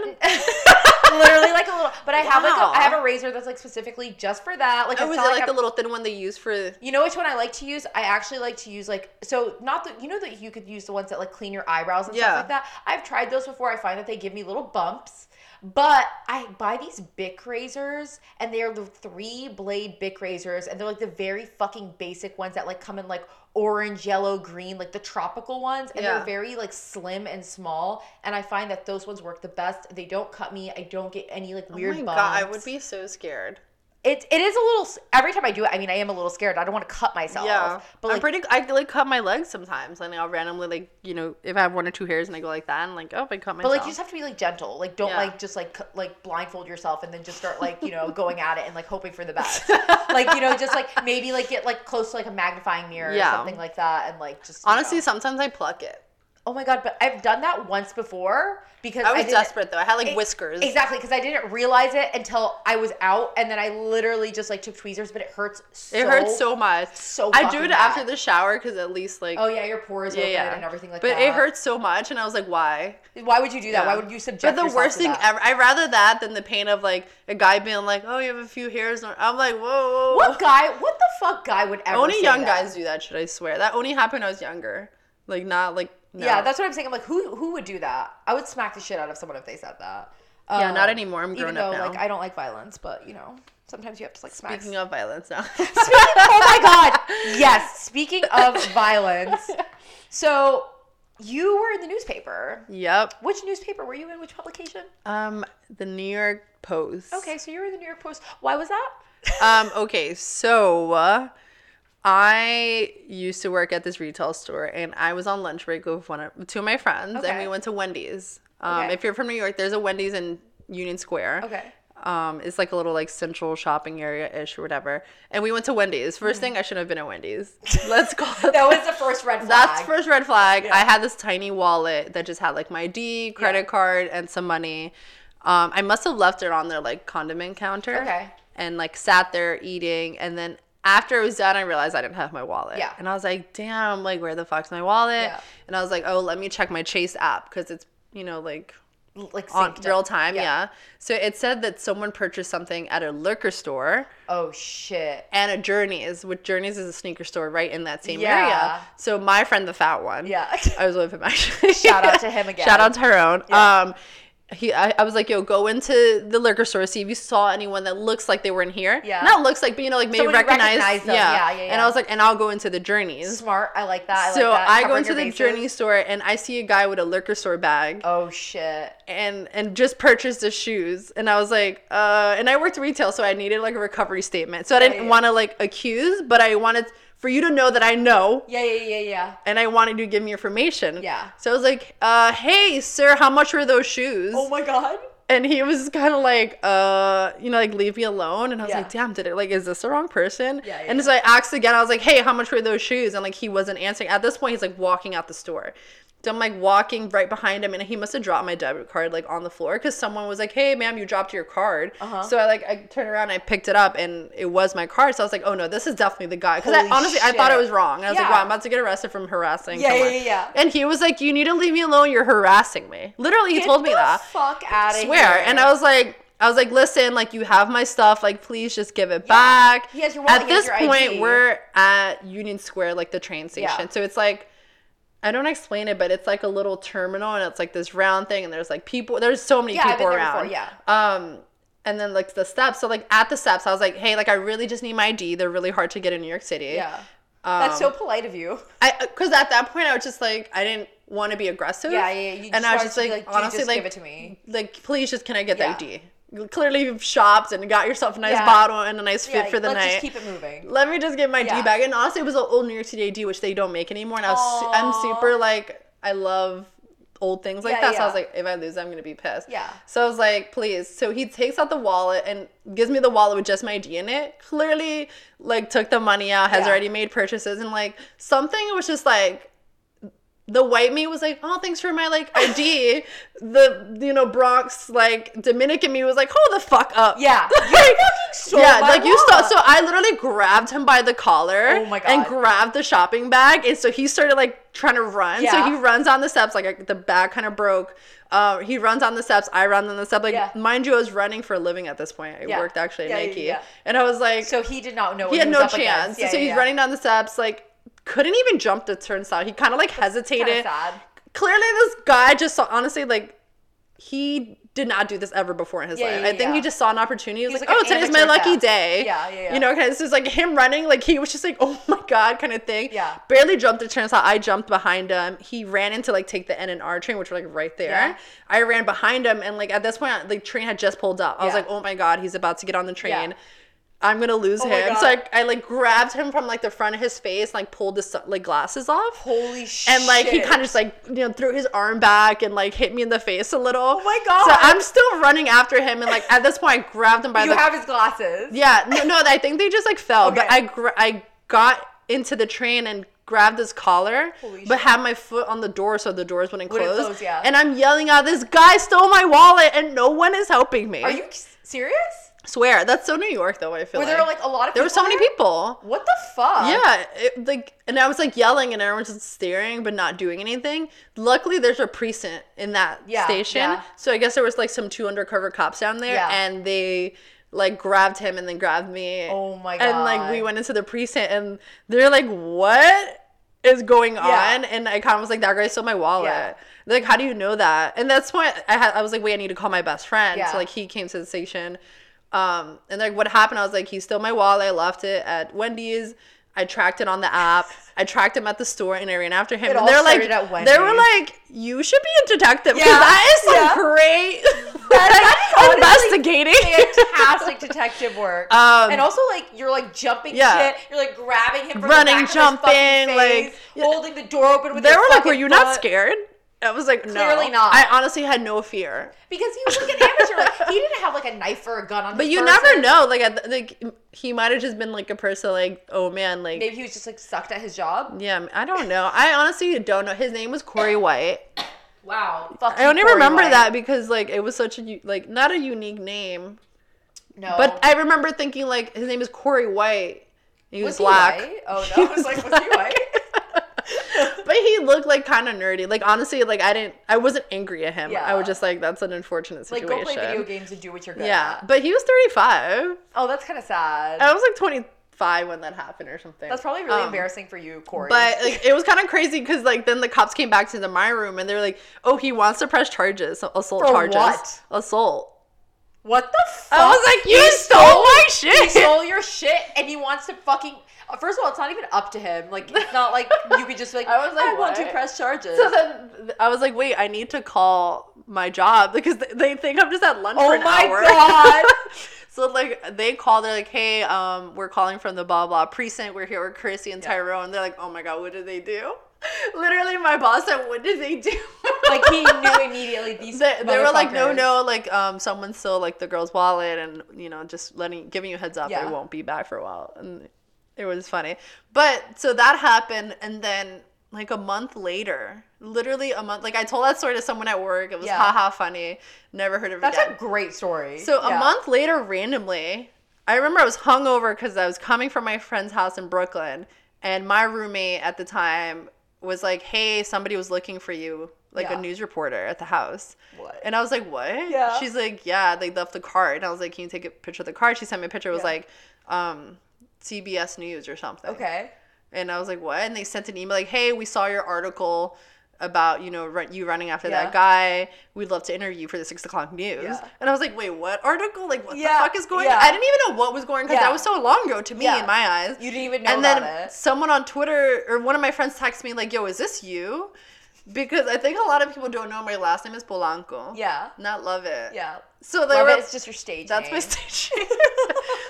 Speaker 1: literally like a little but i have like
Speaker 2: Wow.
Speaker 1: a, i have a razor that's like specifically just for that like
Speaker 2: Oh,
Speaker 1: i
Speaker 2: is it
Speaker 1: saw
Speaker 2: like
Speaker 1: like,
Speaker 2: the
Speaker 1: a,
Speaker 2: little thin one they use for?
Speaker 1: you know which one i like to use i actually like to use like so not the you know that you could use the ones that like clean your eyebrows and
Speaker 2: Yeah.
Speaker 1: stuff like that i've tried those before i find that they give me little bumps but I buy these Bic razors, and they are the three blade Bic razors, and they're like the very fucking basic ones that like come in like orange, yellow, green, like the tropical ones, and
Speaker 2: Yeah.
Speaker 1: they're very like slim and small. And I find that those ones work the best. They don't cut me. I don't get any like weird.
Speaker 2: oh my
Speaker 1: bumps.
Speaker 2: god, I would be so scared.
Speaker 1: It, it is a little. s- Every time I do it, I mean, I am a little scared. I don't want to cut myself.
Speaker 2: Yeah,
Speaker 1: but
Speaker 2: I'm
Speaker 1: like,
Speaker 2: pretty. I like cut my legs sometimes, and I'll randomly like you know if I have one or two hairs and I go like that, and like oh I cut myself.
Speaker 1: but like, you just have to be like gentle. Like, don't
Speaker 2: Yeah.
Speaker 1: like just like c- like blindfold yourself and then just start like you know going at it and like hoping for the best. like you know, just like maybe like get like close to like a magnifying mirror
Speaker 2: Yeah.
Speaker 1: or something like that, and like just you
Speaker 2: Honestly,
Speaker 1: know.
Speaker 2: sometimes I pluck it.
Speaker 1: Oh my god, but I've done that once before because
Speaker 2: I was
Speaker 1: didn't-
Speaker 2: desperate though. I had like
Speaker 1: It-
Speaker 2: whiskers.
Speaker 1: Exactly, because I didn't realize it until I was out, and then I literally just like took tweezers, but it hurts. so
Speaker 2: It hurts so much.
Speaker 1: so
Speaker 2: I do
Speaker 1: fucking
Speaker 2: it
Speaker 1: bad.
Speaker 2: after the shower because at least like
Speaker 1: Oh yeah, your pores
Speaker 2: yeah
Speaker 1: open
Speaker 2: yeah
Speaker 1: and everything like
Speaker 2: but
Speaker 1: that.
Speaker 2: it hurts so much, and I was like, why?
Speaker 1: Why would you do that? Why
Speaker 2: Yeah.
Speaker 1: would you subject?
Speaker 2: But the
Speaker 1: yourself
Speaker 2: worst
Speaker 1: to
Speaker 2: thing
Speaker 1: that?
Speaker 2: ever, I'd rather that than the pain of like a guy being like, oh, you have a few hairs. on-" I'm like, whoa. whoa, whoa.
Speaker 1: What guy? What the fuck guy would ever?
Speaker 2: Only
Speaker 1: say
Speaker 2: young
Speaker 1: that?
Speaker 2: guys do that shit. I swear that only happened when I was younger. Like not like no.
Speaker 1: Yeah, that's what I'm saying. I'm like, who who would do that? I would smack the shit out of someone if they said that.
Speaker 2: yeah, not
Speaker 1: Um,
Speaker 2: anymore. I'm
Speaker 1: Even
Speaker 2: grown
Speaker 1: though
Speaker 2: up now.
Speaker 1: like I don't like violence, but you know sometimes you have to like smack.
Speaker 2: Speaking of violence now.
Speaker 1: Speaking, oh my god! Yes. Speaking of violence, so you were in the newspaper.
Speaker 2: yep.
Speaker 1: Which newspaper were you in? Which publication?
Speaker 2: Um, the New York Post.
Speaker 1: Okay, so you were in the New York Post. Why was that?
Speaker 2: um, okay, so uh, I used to work at this retail store, and I was on lunch break with one of two of my friends, and
Speaker 1: Okay.
Speaker 2: we went to Wendy's. Um,
Speaker 1: Okay.
Speaker 2: If you're from New York, there's a Wendy's in Union Square.
Speaker 1: Okay.
Speaker 2: Um, it's like a little like central shopping area ish or whatever. And we went to Wendy's. First thing, I shouldn't have been at Wendy's. Let's call it
Speaker 1: Hmm. That was the first red flag.
Speaker 2: That's first red flag.
Speaker 1: Yeah.
Speaker 2: I had this tiny wallet that just had like my ID, credit
Speaker 1: Yeah.
Speaker 2: card, and some money. Um, I must have left it on their like condiment counter.
Speaker 1: Okay.
Speaker 2: And like sat there eating, and then after it was done, I realized I didn't have my wallet.
Speaker 1: Yeah.
Speaker 2: And I was like, damn, like where the fuck's my wallet?
Speaker 1: Yeah.
Speaker 2: And I was like, oh, let me check my Chase app because it's you know like
Speaker 1: like
Speaker 2: on
Speaker 1: synced up.
Speaker 2: real time.
Speaker 1: Yeah.
Speaker 2: Yeah. So it said that someone purchased something at a liquor store
Speaker 1: Oh shit.
Speaker 2: and a Journeys, which Journeys is a sneaker store right in that same
Speaker 1: Yeah.
Speaker 2: area. So my friend, the fat one.
Speaker 1: Yeah.
Speaker 2: I was with him actually.
Speaker 1: Shout out to him again.
Speaker 2: Shout out to her own.
Speaker 1: Yeah.
Speaker 2: Um, he, I, I was like, yo, go into the liquor store, see if you saw anyone that looks like they were in here.
Speaker 1: Yeah.
Speaker 2: Not looks like, but you know, like maybe
Speaker 1: Someone you
Speaker 2: recognize.
Speaker 1: recognize them. Yeah, yeah,
Speaker 2: And
Speaker 1: yeah.
Speaker 2: I was like, and I'll go into the Journeys.
Speaker 1: Smart. I like that. I
Speaker 2: so
Speaker 1: like that.
Speaker 2: I go
Speaker 1: Covering
Speaker 2: into
Speaker 1: your
Speaker 2: the
Speaker 1: bases.
Speaker 2: Journey store and I see a guy with a liquor store bag
Speaker 1: Oh shit.
Speaker 2: and and just purchased the shoes and i was like uh and i worked retail so i needed like a recovery statement so i didn't
Speaker 1: yeah.
Speaker 2: want to like accuse but i wanted for you to know that i know
Speaker 1: Yeah, yeah, yeah, yeah.
Speaker 2: and i wanted you to give me information
Speaker 1: Yeah.
Speaker 2: so i was like uh hey sir how much were those shoes
Speaker 1: Oh my god.
Speaker 2: and he was kind of like uh you know like leave me alone and i was
Speaker 1: Yeah.
Speaker 2: like damn did it like is this the wrong person
Speaker 1: Yeah, yeah,
Speaker 2: and so i asked again i was like hey how much were those shoes and like he wasn't answering at this point he's like walking out the store so i'm like walking right behind him and he must have dropped my debit card like on the floor because someone was like hey ma'am you dropped your card
Speaker 1: Uh-huh.
Speaker 2: so i like i turned around and i picked it up and it was my card so i was like oh no this is definitely the guy because
Speaker 1: Holy
Speaker 2: honestly i thought it
Speaker 1: shit.
Speaker 2: was wrong and i was like
Speaker 1: Yeah.
Speaker 2: wow i'm about to get arrested from harassing
Speaker 1: Yeah, yeah,
Speaker 2: someone
Speaker 1: yeah, yeah.
Speaker 2: and he was like you need to leave me alone you're harassing me literally he
Speaker 1: Get
Speaker 2: told me
Speaker 1: the
Speaker 2: that
Speaker 1: Fuck out of
Speaker 2: swear. And I was like, I was like, listen, like you have my stuff, like please just give it back.
Speaker 1: He has your wallet,
Speaker 2: At
Speaker 1: he has
Speaker 2: this
Speaker 1: your
Speaker 2: point,
Speaker 1: ID.
Speaker 2: we're at Union Square, like the train station.
Speaker 1: Yeah.
Speaker 2: So it's like I don't explain it, but it's like a little terminal and it's like this round thing and there's like people there's so many
Speaker 1: Yeah, I've
Speaker 2: people
Speaker 1: been there
Speaker 2: around.
Speaker 1: before, yeah.
Speaker 2: Um and then like the steps. So like at the steps, I was like, hey, like I really just need my ID. They're really hard to get in New York City.
Speaker 1: Yeah.
Speaker 2: Um,
Speaker 1: That's so polite of you.
Speaker 2: I because at that point I was just like I didn't want to be aggressive.
Speaker 1: Yeah, yeah. You
Speaker 2: and I was
Speaker 1: wanted
Speaker 2: just
Speaker 1: to be
Speaker 2: like,
Speaker 1: dude,
Speaker 2: honestly,
Speaker 1: just
Speaker 2: like
Speaker 1: give it to me.
Speaker 2: like please just can I get
Speaker 1: Yeah.
Speaker 2: the ID? You Clearly you've shopped and got yourself a nice
Speaker 1: Yeah.
Speaker 2: bottle and a nice
Speaker 1: Yeah,
Speaker 2: fit for the
Speaker 1: let's
Speaker 2: night.
Speaker 1: just keep it moving.
Speaker 2: Let me just get my
Speaker 1: Yeah.
Speaker 2: D bag. And honestly, it was an old New York City ID, which they don't make anymore. And I was, su- I'm
Speaker 1: Aw.
Speaker 2: super like, I love old things like
Speaker 1: Yeah,
Speaker 2: that. So I
Speaker 1: yeah.
Speaker 2: was like, if I lose, I'm gonna be pissed.
Speaker 1: Yeah.
Speaker 2: So I was like, please. So he takes out the wallet and gives me the wallet with just my ID in it. Clearly, like took the money out, has
Speaker 1: Yeah.
Speaker 2: already made purchases, and like something was just like the white me was like, oh, thanks for my like ID. the you know Bronx like Dominican me was like, hold the fuck up.
Speaker 1: Yeah.
Speaker 2: Like,
Speaker 1: stole
Speaker 2: yeah,
Speaker 1: my
Speaker 2: like you stole.
Speaker 1: wallet.
Speaker 2: So I literally grabbed him by the collar.
Speaker 1: Oh my
Speaker 2: And
Speaker 1: God.
Speaker 2: grabbed the shopping bag, and so he started like trying to run.
Speaker 1: Yeah.
Speaker 2: So he runs on the steps, like I- the bag kind of broke. Uh, he runs on the steps. I run on the steps. Like
Speaker 1: Yeah.
Speaker 2: mind you, I was running for a living at this point. I
Speaker 1: Yeah.
Speaker 2: worked actually at
Speaker 1: Yeah, yeah,
Speaker 2: Nike,
Speaker 1: yeah.
Speaker 2: and I was like,
Speaker 1: So he did not know. what
Speaker 2: he had
Speaker 1: was
Speaker 2: no
Speaker 1: up
Speaker 2: chance.
Speaker 1: against. Yeah,
Speaker 2: so
Speaker 1: yeah,
Speaker 2: he's
Speaker 1: yeah.
Speaker 2: running down the steps, like couldn't even jump the turnstile. He kind of like
Speaker 1: Kinda
Speaker 2: hesitated.
Speaker 1: sad.
Speaker 2: Clearly, this guy just saw. Honestly, like he did not do this ever before in his
Speaker 1: Yeah,
Speaker 2: life.
Speaker 1: yeah,
Speaker 2: I think
Speaker 1: yeah.
Speaker 2: he just saw an opportunity. He was
Speaker 1: He's
Speaker 2: like,
Speaker 1: like
Speaker 2: "Oh,
Speaker 1: an
Speaker 2: today's my
Speaker 1: amateur
Speaker 2: lucky
Speaker 1: theft.
Speaker 2: day."
Speaker 1: Yeah, yeah, yeah.
Speaker 2: You know, because it's like him running. Like he was just like, "Oh my god," kind of thing.
Speaker 1: Yeah.
Speaker 2: Barely jumped the turnstile. I jumped behind him. He ran into like take the N and R train, which were like right there.
Speaker 1: Yeah.
Speaker 2: I ran behind him, and like at this point, like train had just pulled up. I was
Speaker 1: Yeah.
Speaker 2: like, "Oh my god, he's about to get on the train."
Speaker 1: Yeah. Oh
Speaker 2: I'm gonna lose
Speaker 1: my
Speaker 2: him. So I,
Speaker 1: God.
Speaker 2: I like grabbed him from like the front of his face, and, like pulled his like glasses off,
Speaker 1: Holy shit.
Speaker 2: and like he kind of just like you know threw his arm back and like hit me in the face a little. Oh
Speaker 1: my God.
Speaker 2: So I'm still running after him, and like at this point, I grabbed him by
Speaker 1: You
Speaker 2: the
Speaker 1: have his glasses.
Speaker 2: yeah no no I think they just like fell, but
Speaker 1: Okay.
Speaker 2: I gr- I got into the train and grab this collar,
Speaker 1: Holy
Speaker 2: but
Speaker 1: shit.
Speaker 2: have my foot on the door so the doors wouldn't
Speaker 1: Wouldn't
Speaker 2: close.
Speaker 1: close, yeah.
Speaker 2: And I'm yelling out, "This guy stole my wallet, and no one is helping me."
Speaker 1: Are you s- serious?
Speaker 2: Swear that's so New York though. I feel
Speaker 1: Were
Speaker 2: like
Speaker 1: there like a lot of
Speaker 2: there were so many people.
Speaker 1: What the fuck?
Speaker 2: Yeah, it, like, and I was like yelling, and everyone's just staring but not doing anything. Luckily, there's a precinct in that
Speaker 1: Yeah,
Speaker 2: station,
Speaker 1: yeah.
Speaker 2: so I guess there was like some two undercover cops down there,
Speaker 1: Yeah.
Speaker 2: and they like grabbed him and then grabbed me.
Speaker 1: Oh my
Speaker 2: And like we
Speaker 1: God.
Speaker 2: went into the precinct, and they're like, "What is going
Speaker 1: Yeah.
Speaker 2: on?" And I kind of was like, "That guy stole my wallet."
Speaker 1: Yeah.
Speaker 2: They're Like, how do you know that? And that's why I had I was like, "Wait, I need to call my best friend."
Speaker 1: Yeah.
Speaker 2: So like he came to the station. Um, and like what happened, I was like, he stole my wallet. I left it at Wendy's. I tracked it on the app. I tracked him at the store, and I ran after him.
Speaker 1: It
Speaker 2: and
Speaker 1: all
Speaker 2: they're like,
Speaker 1: started at
Speaker 2: they were
Speaker 1: Wendy's.
Speaker 2: like, you should be a detective because
Speaker 1: Yeah,
Speaker 2: that is some
Speaker 1: yeah.
Speaker 2: great
Speaker 1: that is honestly
Speaker 2: investigating.
Speaker 1: Fantastic detective work.
Speaker 2: Um,
Speaker 1: and also like you're like jumping
Speaker 2: yeah.
Speaker 1: shit. You're like grabbing him, from
Speaker 2: Running,
Speaker 1: the back of his
Speaker 2: jumping,
Speaker 1: fucking
Speaker 2: like-
Speaker 1: face, holding the door open with.
Speaker 2: They
Speaker 1: your
Speaker 2: were like,
Speaker 1: fucking
Speaker 2: were you not
Speaker 1: foot."
Speaker 2: scared? I was like, no.
Speaker 1: Clearly not.
Speaker 2: I honestly had no fear.
Speaker 1: Because he was like an amateur. Like he didn't have like a knife or a gun on.
Speaker 2: But
Speaker 1: his
Speaker 2: you
Speaker 1: person.
Speaker 2: never know. Like, I, like he might have just been like a person. Like, oh man, like
Speaker 1: Maybe he was just like sucked at his job.
Speaker 2: yeah, I don't know. I honestly don't know. His name was Corey White.
Speaker 1: Wow. Fucking
Speaker 2: I only
Speaker 1: Corey
Speaker 2: remember
Speaker 1: White.
Speaker 2: that because like it was such a u- like not a unique name,
Speaker 1: No.
Speaker 2: but I remember thinking like his name is Corey White. He was,
Speaker 1: was He
Speaker 2: black.
Speaker 1: white? Oh no! I was like, was he white?
Speaker 2: but he looked like kind of nerdy. Like honestly, like I didn't, I wasn't angry at him. I
Speaker 1: Yeah.
Speaker 2: was just like, that's an unfortunate
Speaker 1: like,
Speaker 2: situation.
Speaker 1: go play video games and do what you're good
Speaker 2: Yeah,
Speaker 1: at.
Speaker 2: but he was 35.
Speaker 1: Oh, that's kind of sad.
Speaker 2: I was like 25 when that happened or something.
Speaker 1: That's probably really
Speaker 2: Um,
Speaker 1: embarrassing for you, Corey.
Speaker 2: But like, it was kind of crazy because like then the cops came back to the, my room and they were like, "Oh, he wants to press charges, assault
Speaker 1: For
Speaker 2: charges,
Speaker 1: what?
Speaker 2: assault."
Speaker 1: what the fuck?
Speaker 2: I was like, "You
Speaker 1: He
Speaker 2: stole, my shit."
Speaker 1: he stole your shit and he wants to fucking. uh, First of all, it's not even up to him. Like, it's not like you could just be like, I was like, I want to
Speaker 2: what?"
Speaker 1: press charges.
Speaker 2: So then th- I was like, "Wait, I need to call my job because th- they think I'm just at lunch for
Speaker 1: oh
Speaker 2: an
Speaker 1: my
Speaker 2: hour."
Speaker 1: god!
Speaker 2: So like they call, they're like, "Hey, um, we're calling from the blah blah precinct. We're here with Chrissy and
Speaker 1: Yeah.
Speaker 2: Tyrone." They're like, "Oh my god, what did they do?" Literally, my boss said, "What did they do?"
Speaker 1: like he knew immediately these.
Speaker 2: they, they were like, "No,
Speaker 1: motherfuckers.
Speaker 2: no, like um, someone stole like the girl's wallet, and you know, just letting giving you a heads up,
Speaker 1: Yeah.
Speaker 2: it won't be back for a while." And it was funny, but so that happened, and then like a month later, literally a month, like I told that story to someone at work. It was
Speaker 1: Yeah.
Speaker 2: haha funny. Never heard of it
Speaker 1: That's
Speaker 2: again.
Speaker 1: a great story.
Speaker 2: So a
Speaker 1: Yeah.
Speaker 2: month later, randomly, I remember I was hungover because I was coming from my friend's house in Brooklyn, and my roommate at the time was like, "Hey, somebody was looking for you, like
Speaker 1: Yeah.
Speaker 2: a news reporter at the house."
Speaker 1: What?
Speaker 2: And I was like, "What?"
Speaker 1: Yeah.
Speaker 2: She's like, "Yeah, they left the card." And I was like, "Can you take a picture of the card?" She sent me a picture. It was
Speaker 1: Yeah.
Speaker 2: like, um, CBS News or something.
Speaker 1: Okay.
Speaker 2: And I was like, what? And they sent an email like, hey, we saw your article about you know run, you running after
Speaker 1: Yeah.
Speaker 2: that guy. We'd love to interview you for the six o'clock news.
Speaker 1: Yeah.
Speaker 2: And I was like, wait, what article? Like, what
Speaker 1: Yeah,
Speaker 2: the fuck is going?
Speaker 1: yeah.
Speaker 2: on? I didn't even know what was going on because
Speaker 1: Yeah.
Speaker 2: that was so long ago to me
Speaker 1: Yeah.
Speaker 2: in my eyes.
Speaker 1: You didn't even know
Speaker 2: and
Speaker 1: about
Speaker 2: then
Speaker 1: it.
Speaker 2: someone on Twitter or one of my friends texted me like, yo, is this you? Because I think a lot of people don't know my last name is Polanco.
Speaker 1: Yeah.
Speaker 2: Not love it.
Speaker 1: Yeah.
Speaker 2: So they
Speaker 1: Love
Speaker 2: were
Speaker 1: it. It's just your stage.
Speaker 2: that's my
Speaker 1: name.
Speaker 2: stage. name.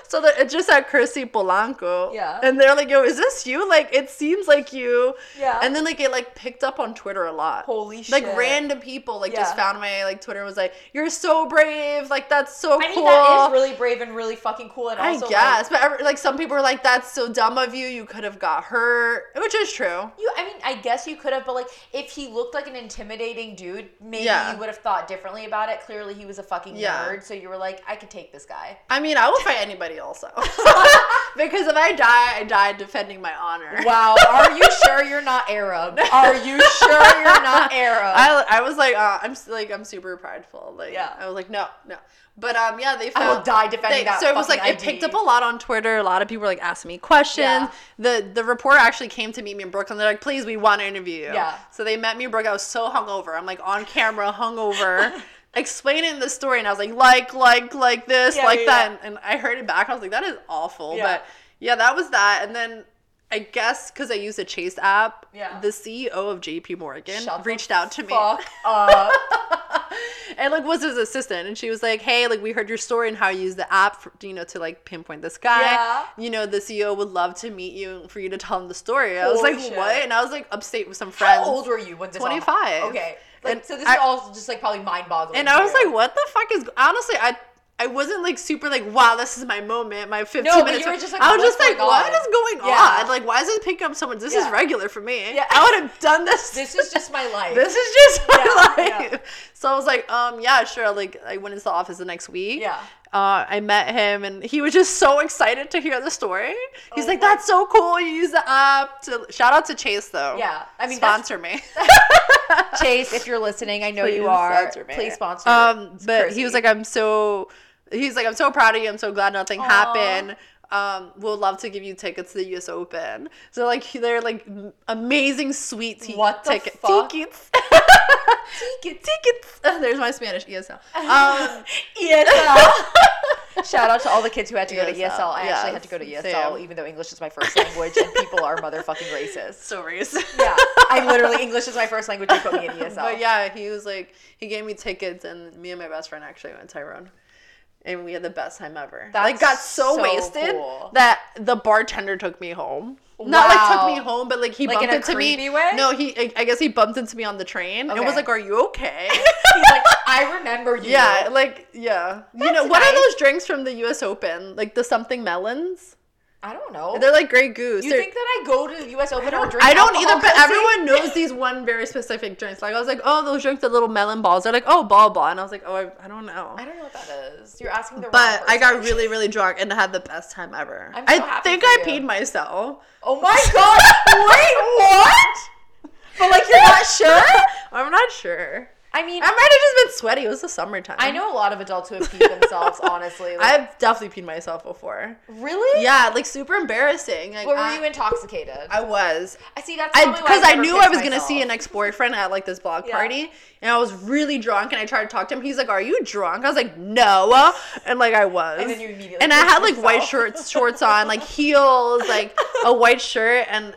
Speaker 2: so the, it's just at Chrissy Polanco.
Speaker 1: Yeah.
Speaker 2: And they're like, yo, is this you? Like, it seems like you.
Speaker 1: Yeah.
Speaker 2: And then like it like picked up on Twitter a lot.
Speaker 1: Holy
Speaker 2: like
Speaker 1: shit.
Speaker 2: random people like just
Speaker 1: Yeah.
Speaker 2: found my like Twitter was like, you're so brave. Like that's so
Speaker 1: I mean,
Speaker 2: cool.
Speaker 1: that is really brave and really fucking cool. And
Speaker 2: I
Speaker 1: also, like,
Speaker 2: guess, but every, like some people were like, "That's so dumb of you. You could have got hurt," which is true.
Speaker 1: you, I mean, I guess you could have, but like, if he looked like an intimidating dude, maybe
Speaker 2: Yeah.
Speaker 1: you would have thought differently about it. Clearly, he was a fucking
Speaker 2: Yeah.
Speaker 1: nerd, so you were like, I could take this guy.
Speaker 2: I mean, I will fight anybody also, because if I die, I die defending my honor.
Speaker 1: Wow, are you sure you're not Arab? Are you sure you're not Arab?
Speaker 2: I, I was like uh, I'm s- like I'm super prideful like
Speaker 1: Yeah.
Speaker 2: I was like no no but um yeah they
Speaker 1: I
Speaker 2: found
Speaker 1: will die defending
Speaker 2: they-
Speaker 1: that.
Speaker 2: so it was like
Speaker 1: fucking
Speaker 2: it picked up
Speaker 1: ID.
Speaker 2: a lot on Twitter a lot of people were like asking me questions
Speaker 1: Yeah.
Speaker 2: the the reporter actually came to meet me in Brooklyn they're like please we want to interview you
Speaker 1: Yeah.
Speaker 2: so they met me in Brooklyn I was so hungover I'm like on camera hungover explaining the story and I was like like like like this
Speaker 1: Yeah,
Speaker 2: like
Speaker 1: yeah,
Speaker 2: that
Speaker 1: yeah.
Speaker 2: And, and I heard it back I was like that is awful
Speaker 1: Yeah.
Speaker 2: but yeah that was that and then. I guess because I use the Chase app,
Speaker 1: Yeah.
Speaker 2: the CEO of JP Morgan
Speaker 1: Shut the
Speaker 2: reached out to me
Speaker 1: Fuck up.
Speaker 2: and like was his assistant and she was like hey like we heard your story and how you use the app for, you know to like pinpoint this guy
Speaker 1: Yeah.
Speaker 2: you know the ceo would love to meet you for you to tell him the story i was
Speaker 1: Holy
Speaker 2: like
Speaker 1: shit.
Speaker 2: what and i was like upstate with some
Speaker 1: How
Speaker 2: friends
Speaker 1: old were you when this? all-
Speaker 2: 25.
Speaker 1: Okay, like
Speaker 2: And
Speaker 1: so. This
Speaker 2: I-
Speaker 1: is all just like probably mind boggling.
Speaker 2: and i was like what the fuck is honestly i I wasn't like super like, wow, this is my moment, my 15
Speaker 1: No, but
Speaker 2: minutes.
Speaker 1: you were just like,
Speaker 2: I was
Speaker 1: what's
Speaker 2: just like,
Speaker 1: going on?
Speaker 2: what is going
Speaker 1: Yeah.
Speaker 2: on? Like, why is this picking up so much? This
Speaker 1: Yeah.
Speaker 2: is regular for me.
Speaker 1: Yeah.
Speaker 2: I would have done this.
Speaker 1: This is just my life.
Speaker 2: this is just my
Speaker 1: Yeah,
Speaker 2: life. So I was like, um, yeah, sure. Like, I went into the office the next week.
Speaker 1: Yeah.
Speaker 2: Uh, I met him and he was just so excited to hear the story. He's
Speaker 1: Oh
Speaker 2: like,
Speaker 1: my-
Speaker 2: that's so cool. You use the app. To shout out to Chase though.
Speaker 1: yeah. I mean, that's-
Speaker 2: sponsor me.
Speaker 1: Chase, if you're listening, I know
Speaker 2: Please
Speaker 1: you are.
Speaker 2: sponsor me.
Speaker 1: Please sponsor.
Speaker 2: Um, but
Speaker 1: Kirsty.
Speaker 2: he was like, I'm so, he's like, I'm so proud of you. I'm so glad nothing
Speaker 1: Aw.
Speaker 2: happened. Um, we'll love to give you tickets to the U.S. Open. So like, he- they're like m- amazing, sweet t-
Speaker 1: What the
Speaker 2: ticket-
Speaker 1: fuck?
Speaker 2: tickets.
Speaker 1: Tickets.
Speaker 2: tickets. There's my Spanish ESL. Um,
Speaker 1: ESL. Shout out to all the kids who had to go to
Speaker 2: ESL,
Speaker 1: ESL. I actually had to go to
Speaker 2: yes,
Speaker 1: ESL,
Speaker 2: same.
Speaker 1: even though English is my first language and people are motherfucking racist.
Speaker 2: so racist.
Speaker 1: Yeah, I literally English is my first language. You put me in E ESL.
Speaker 2: But yeah, he was like, he gave me tickets, and me and my best friend actually went Tyrone. And we had the best time ever.
Speaker 1: That's
Speaker 2: like got so,
Speaker 1: so
Speaker 2: wasted
Speaker 1: cool.
Speaker 2: that the bartender took me home. Not like took
Speaker 1: Wow.
Speaker 2: me home, but like he
Speaker 1: Like,
Speaker 2: bumped
Speaker 1: in a
Speaker 2: into me.
Speaker 1: creepy way?
Speaker 2: No, he I- I guess he bumped into me on the train and
Speaker 1: Okay.
Speaker 2: was like, "Are you okay?"
Speaker 1: He's like, I remember you.
Speaker 2: yeah, like yeah. you know, what
Speaker 1: nice.
Speaker 2: are those drinks from the U.S. Open? Like the something melons.
Speaker 1: I don't know.
Speaker 2: They're like Grey Goose.
Speaker 1: you
Speaker 2: They're-
Speaker 1: think that I go to the U.S. Open and I'll drink?
Speaker 2: I don't
Speaker 1: alcohol,
Speaker 2: either, but
Speaker 1: Kirsty?
Speaker 2: everyone knows these one very specific drinks. Like I was like, oh, those drinks, the little melon balls. They're like, oh, ball ball, and I was like, oh, I, I don't know.
Speaker 1: I don't know what that is. You're asking the wrong
Speaker 2: But I got
Speaker 1: person.
Speaker 2: really, really drunk and had the best time ever.
Speaker 1: I'm so
Speaker 2: I
Speaker 1: happy
Speaker 2: think
Speaker 1: for
Speaker 2: I
Speaker 1: you.
Speaker 2: peed myself.
Speaker 1: Oh my god! Wait, what? But like, you're not sure?
Speaker 2: I'm not sure.
Speaker 1: I mean,
Speaker 2: I might have just been sweaty. It was the summertime.
Speaker 1: I know a lot of adults who have peed themselves. honestly, like,
Speaker 2: I've definitely peed myself before.
Speaker 1: really?
Speaker 2: Yeah, like super embarrassing. Like,
Speaker 1: Or were
Speaker 2: I,
Speaker 1: you intoxicated? I,
Speaker 2: I was.
Speaker 1: see. That's
Speaker 2: I
Speaker 1: probably why
Speaker 2: because I,
Speaker 1: never
Speaker 2: knew
Speaker 1: pissed
Speaker 2: I was gonna
Speaker 1: myself.
Speaker 2: see an ex boyfriend at like this blog
Speaker 1: Yeah.
Speaker 2: party, and I was really drunk, and I tried to talk to him. He's like, "Are you drunk?" I was like, "No," and like I was.
Speaker 1: And then you immediately
Speaker 2: And I had like
Speaker 1: pissed
Speaker 2: white
Speaker 1: yourself.
Speaker 2: shorts, shorts on, like heels, like a white shirt, and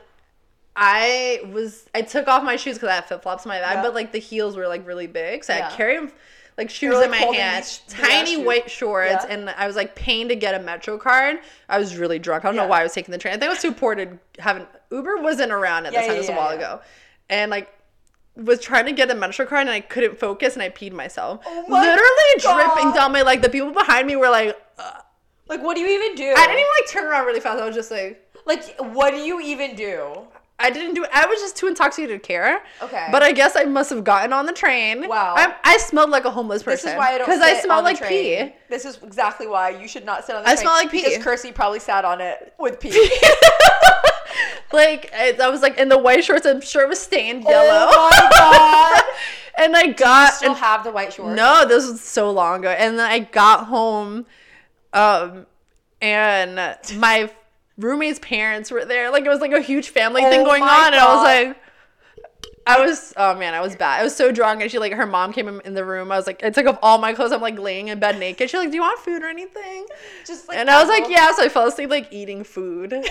Speaker 2: I was I took off my shoes because I had flip flops in my bag,
Speaker 1: Yeah.
Speaker 2: but like the heels were like really big, so I
Speaker 1: Yeah.
Speaker 2: had carry them. Like shoes
Speaker 1: like,
Speaker 2: in my
Speaker 1: holding
Speaker 2: hand,
Speaker 1: these big-ass
Speaker 2: tiny
Speaker 1: shoes.
Speaker 2: white shorts,
Speaker 1: Yeah.
Speaker 2: and I was like paying to get a Metro card. I was really drunk. I don't
Speaker 1: Yeah.
Speaker 2: know why I was taking the train. I think I was too poor to have an Uber. wasn't around at
Speaker 1: Yeah,
Speaker 2: this time.
Speaker 1: yeah,
Speaker 2: it was a
Speaker 1: yeah,
Speaker 2: while
Speaker 1: yeah.
Speaker 2: ago ago. and like was trying to get a metro card and I couldn't focus and I peed myself.
Speaker 1: Oh my
Speaker 2: Literally
Speaker 1: God.
Speaker 2: dripping down my like the people behind me were like uh,
Speaker 1: Like, what do you even do?
Speaker 2: I didn't even like turn around really fast. I was just like
Speaker 1: Like, what do you even do?
Speaker 2: I didn't do I was just too intoxicated to care.
Speaker 1: Okay.
Speaker 2: But I guess I must have gotten on the train.
Speaker 1: Wow.
Speaker 2: I, I smelled like a homeless
Speaker 1: This
Speaker 2: person.
Speaker 1: is why I don't.
Speaker 2: Because
Speaker 1: Because
Speaker 2: I smell
Speaker 1: on
Speaker 2: like
Speaker 1: the train.
Speaker 2: pee.
Speaker 1: This is exactly why you should not sit on the
Speaker 2: I
Speaker 1: train.
Speaker 2: smell like pee.
Speaker 1: Because Kirsty probably sat on it with pee.
Speaker 2: Like I, I was like in the white shorts. I'm sure it was stained yellow.
Speaker 1: Oh my god!
Speaker 2: and I got
Speaker 1: Still
Speaker 2: and-
Speaker 1: have the white shorts.
Speaker 2: No, this was so long ago. And then I got home, um, and my roommate's parents were there. Like it was like a huge family
Speaker 1: Oh
Speaker 2: thing going on,
Speaker 1: my
Speaker 2: and I was
Speaker 1: God.
Speaker 2: like. I was oh man, I was bad. I was so drunk and she like her mom came in- in the room. I was like I took off all my clothes. I'm like laying in bed naked. She's like, "Do you want food or anything?"
Speaker 1: Just like
Speaker 2: And I was like,
Speaker 1: casual.
Speaker 2: "Yeah." So I fell asleep like eating food.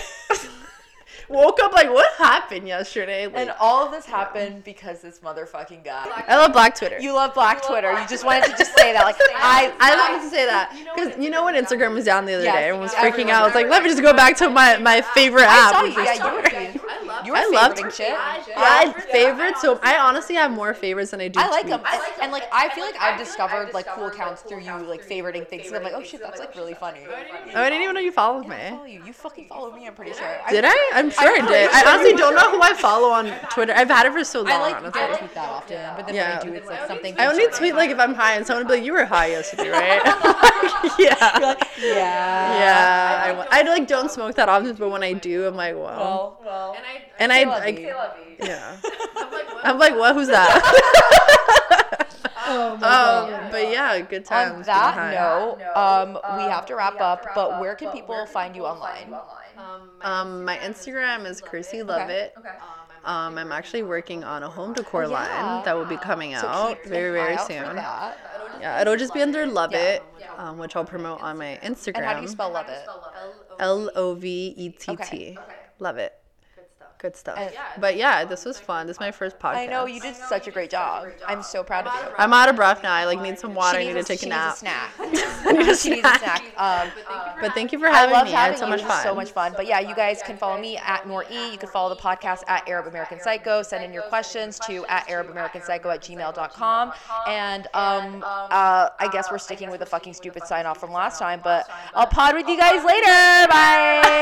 Speaker 2: Woke up like, "What happened yesterday?" Like,
Speaker 1: And all of this happened because this motherfucking guy.
Speaker 2: I love Black Twitter.
Speaker 1: You love black
Speaker 3: You love
Speaker 1: Twitter.
Speaker 3: Black
Speaker 1: you just
Speaker 3: Twitter.
Speaker 1: wanted to just say that. Like I,
Speaker 2: I
Speaker 3: I-
Speaker 1: I,
Speaker 2: wanted to say that
Speaker 3: You know
Speaker 2: because
Speaker 3: when
Speaker 2: Uh, you know when
Speaker 3: Instagram
Speaker 2: Instagram was down the other
Speaker 1: Yes,
Speaker 2: day, everyone was
Speaker 1: everyone
Speaker 2: freaking out. I was
Speaker 3: was
Speaker 2: like, let me just go back to my, my favorite
Speaker 1: I
Speaker 2: app.
Speaker 1: saw
Speaker 2: which
Speaker 1: you.
Speaker 2: is-
Speaker 1: Yeah, you were peeing. You were
Speaker 2: I loved-
Speaker 1: favoriting shit.
Speaker 3: I-
Speaker 2: I
Speaker 3: Yeah.
Speaker 2: favorite so I honestly have more favorites than I do.
Speaker 1: I like
Speaker 2: tweets.
Speaker 1: them.
Speaker 3: I like
Speaker 1: and
Speaker 3: 'em.
Speaker 1: like I
Speaker 3: And,
Speaker 1: feel like
Speaker 3: like,
Speaker 1: I've
Speaker 3: I feel like
Speaker 1: discovered
Speaker 3: I've
Speaker 1: like cool
Speaker 3: discovered, like,
Speaker 1: accounts
Speaker 3: cool
Speaker 1: through you
Speaker 3: accounts
Speaker 1: like
Speaker 3: through you,
Speaker 1: favoriting
Speaker 3: like,
Speaker 1: things. And I'm like, oh
Speaker 3: favoriting
Speaker 1: shit,
Speaker 3: things.
Speaker 1: that's
Speaker 3: I'm
Speaker 1: like
Speaker 3: like, oh,
Speaker 1: really
Speaker 3: shit, that's
Speaker 1: funny.
Speaker 3: really funny.
Speaker 2: Oh, I didn't even know you followed
Speaker 1: I
Speaker 2: me.
Speaker 1: follow you. You fucking followed me. I'm pretty sure.
Speaker 2: Did I? I'm sure I
Speaker 1: I'm
Speaker 2: did.
Speaker 1: pretty
Speaker 2: I
Speaker 1: sure
Speaker 2: honestly
Speaker 1: you
Speaker 2: don't know who I follow on Twitter. I've had it for so long.
Speaker 1: I like
Speaker 2: honestly.
Speaker 1: I
Speaker 2: I,
Speaker 1: don't tweet that often, but then when
Speaker 2: Yeah.
Speaker 1: I do, it's like
Speaker 3: I
Speaker 1: something.
Speaker 3: only
Speaker 2: only
Speaker 1: concerning.
Speaker 2: tweet like if I'm high and someone would be like, "You were high yesterday, right?" yeah.
Speaker 1: yeah.
Speaker 2: Yeah,
Speaker 3: I
Speaker 2: I,
Speaker 3: like
Speaker 2: wa- I like don't smoke that often, but when I do, I'm like, wow.
Speaker 1: Well, well.
Speaker 3: And I,
Speaker 2: and
Speaker 1: say
Speaker 2: I,
Speaker 1: la
Speaker 2: I-
Speaker 1: vie.
Speaker 2: yeah,
Speaker 3: I'm like, what?
Speaker 2: I'm like, what? Who's that?
Speaker 1: Oh
Speaker 2: um,
Speaker 3: Yeah.
Speaker 2: but yeah, good times.
Speaker 1: On
Speaker 2: being
Speaker 1: that
Speaker 2: high.
Speaker 1: note,
Speaker 3: No,
Speaker 1: um,
Speaker 3: um,
Speaker 1: we have to wrap up. but where can people find you
Speaker 3: people
Speaker 1: online?
Speaker 3: Um,
Speaker 2: um, my Instagram is Kirsty Love
Speaker 1: Okay. Oh,
Speaker 2: It.
Speaker 3: Okay.
Speaker 2: Um, I'm actually working on a home decor
Speaker 1: yeah.
Speaker 2: line that will be coming out
Speaker 1: keep an
Speaker 2: very,
Speaker 1: eye
Speaker 2: very
Speaker 1: out for
Speaker 2: soon.
Speaker 1: that.
Speaker 2: Yeah, it'll just be under Love
Speaker 1: Yeah.
Speaker 2: It, um, which I'll promote on my Instagram.
Speaker 1: And how do you spell love it?
Speaker 3: L O
Speaker 2: L O V E T T.
Speaker 1: Okay.
Speaker 2: Love it. Good stuff.
Speaker 1: And-
Speaker 3: Yeah,
Speaker 2: but
Speaker 3: this
Speaker 2: yeah, this
Speaker 3: was fun.
Speaker 2: was
Speaker 3: Like,
Speaker 2: fun. This is my first podcast.
Speaker 1: I know you did
Speaker 3: I know
Speaker 1: such
Speaker 3: you
Speaker 1: a great
Speaker 3: did such a
Speaker 1: job.
Speaker 3: great job.
Speaker 1: I'm so proud
Speaker 3: I'm
Speaker 1: of
Speaker 3: out
Speaker 1: you.
Speaker 3: of breath.
Speaker 2: I'm out of breath now. I like need some water. I
Speaker 1: She
Speaker 2: need to
Speaker 1: needs
Speaker 2: take
Speaker 1: she
Speaker 2: a
Speaker 1: needs
Speaker 2: nap.
Speaker 1: snack.
Speaker 2: I need a
Speaker 1: she needs a
Speaker 2: snack.
Speaker 1: snack. Um,
Speaker 2: But thank you for
Speaker 1: I
Speaker 2: having
Speaker 1: loved
Speaker 2: me. I had
Speaker 1: having
Speaker 2: so
Speaker 1: you.
Speaker 2: much
Speaker 1: This was
Speaker 2: fun.
Speaker 1: so much fun. But yeah, you guys can follow me at Nor E. You can follow the podcast at Arab American Psycho. Send in your questions to at Arab American Psycho at gmail.com. And um, uh, I guess we're sticking with the fucking stupid sign off from last time. But I'll pod with you guys later. Bye.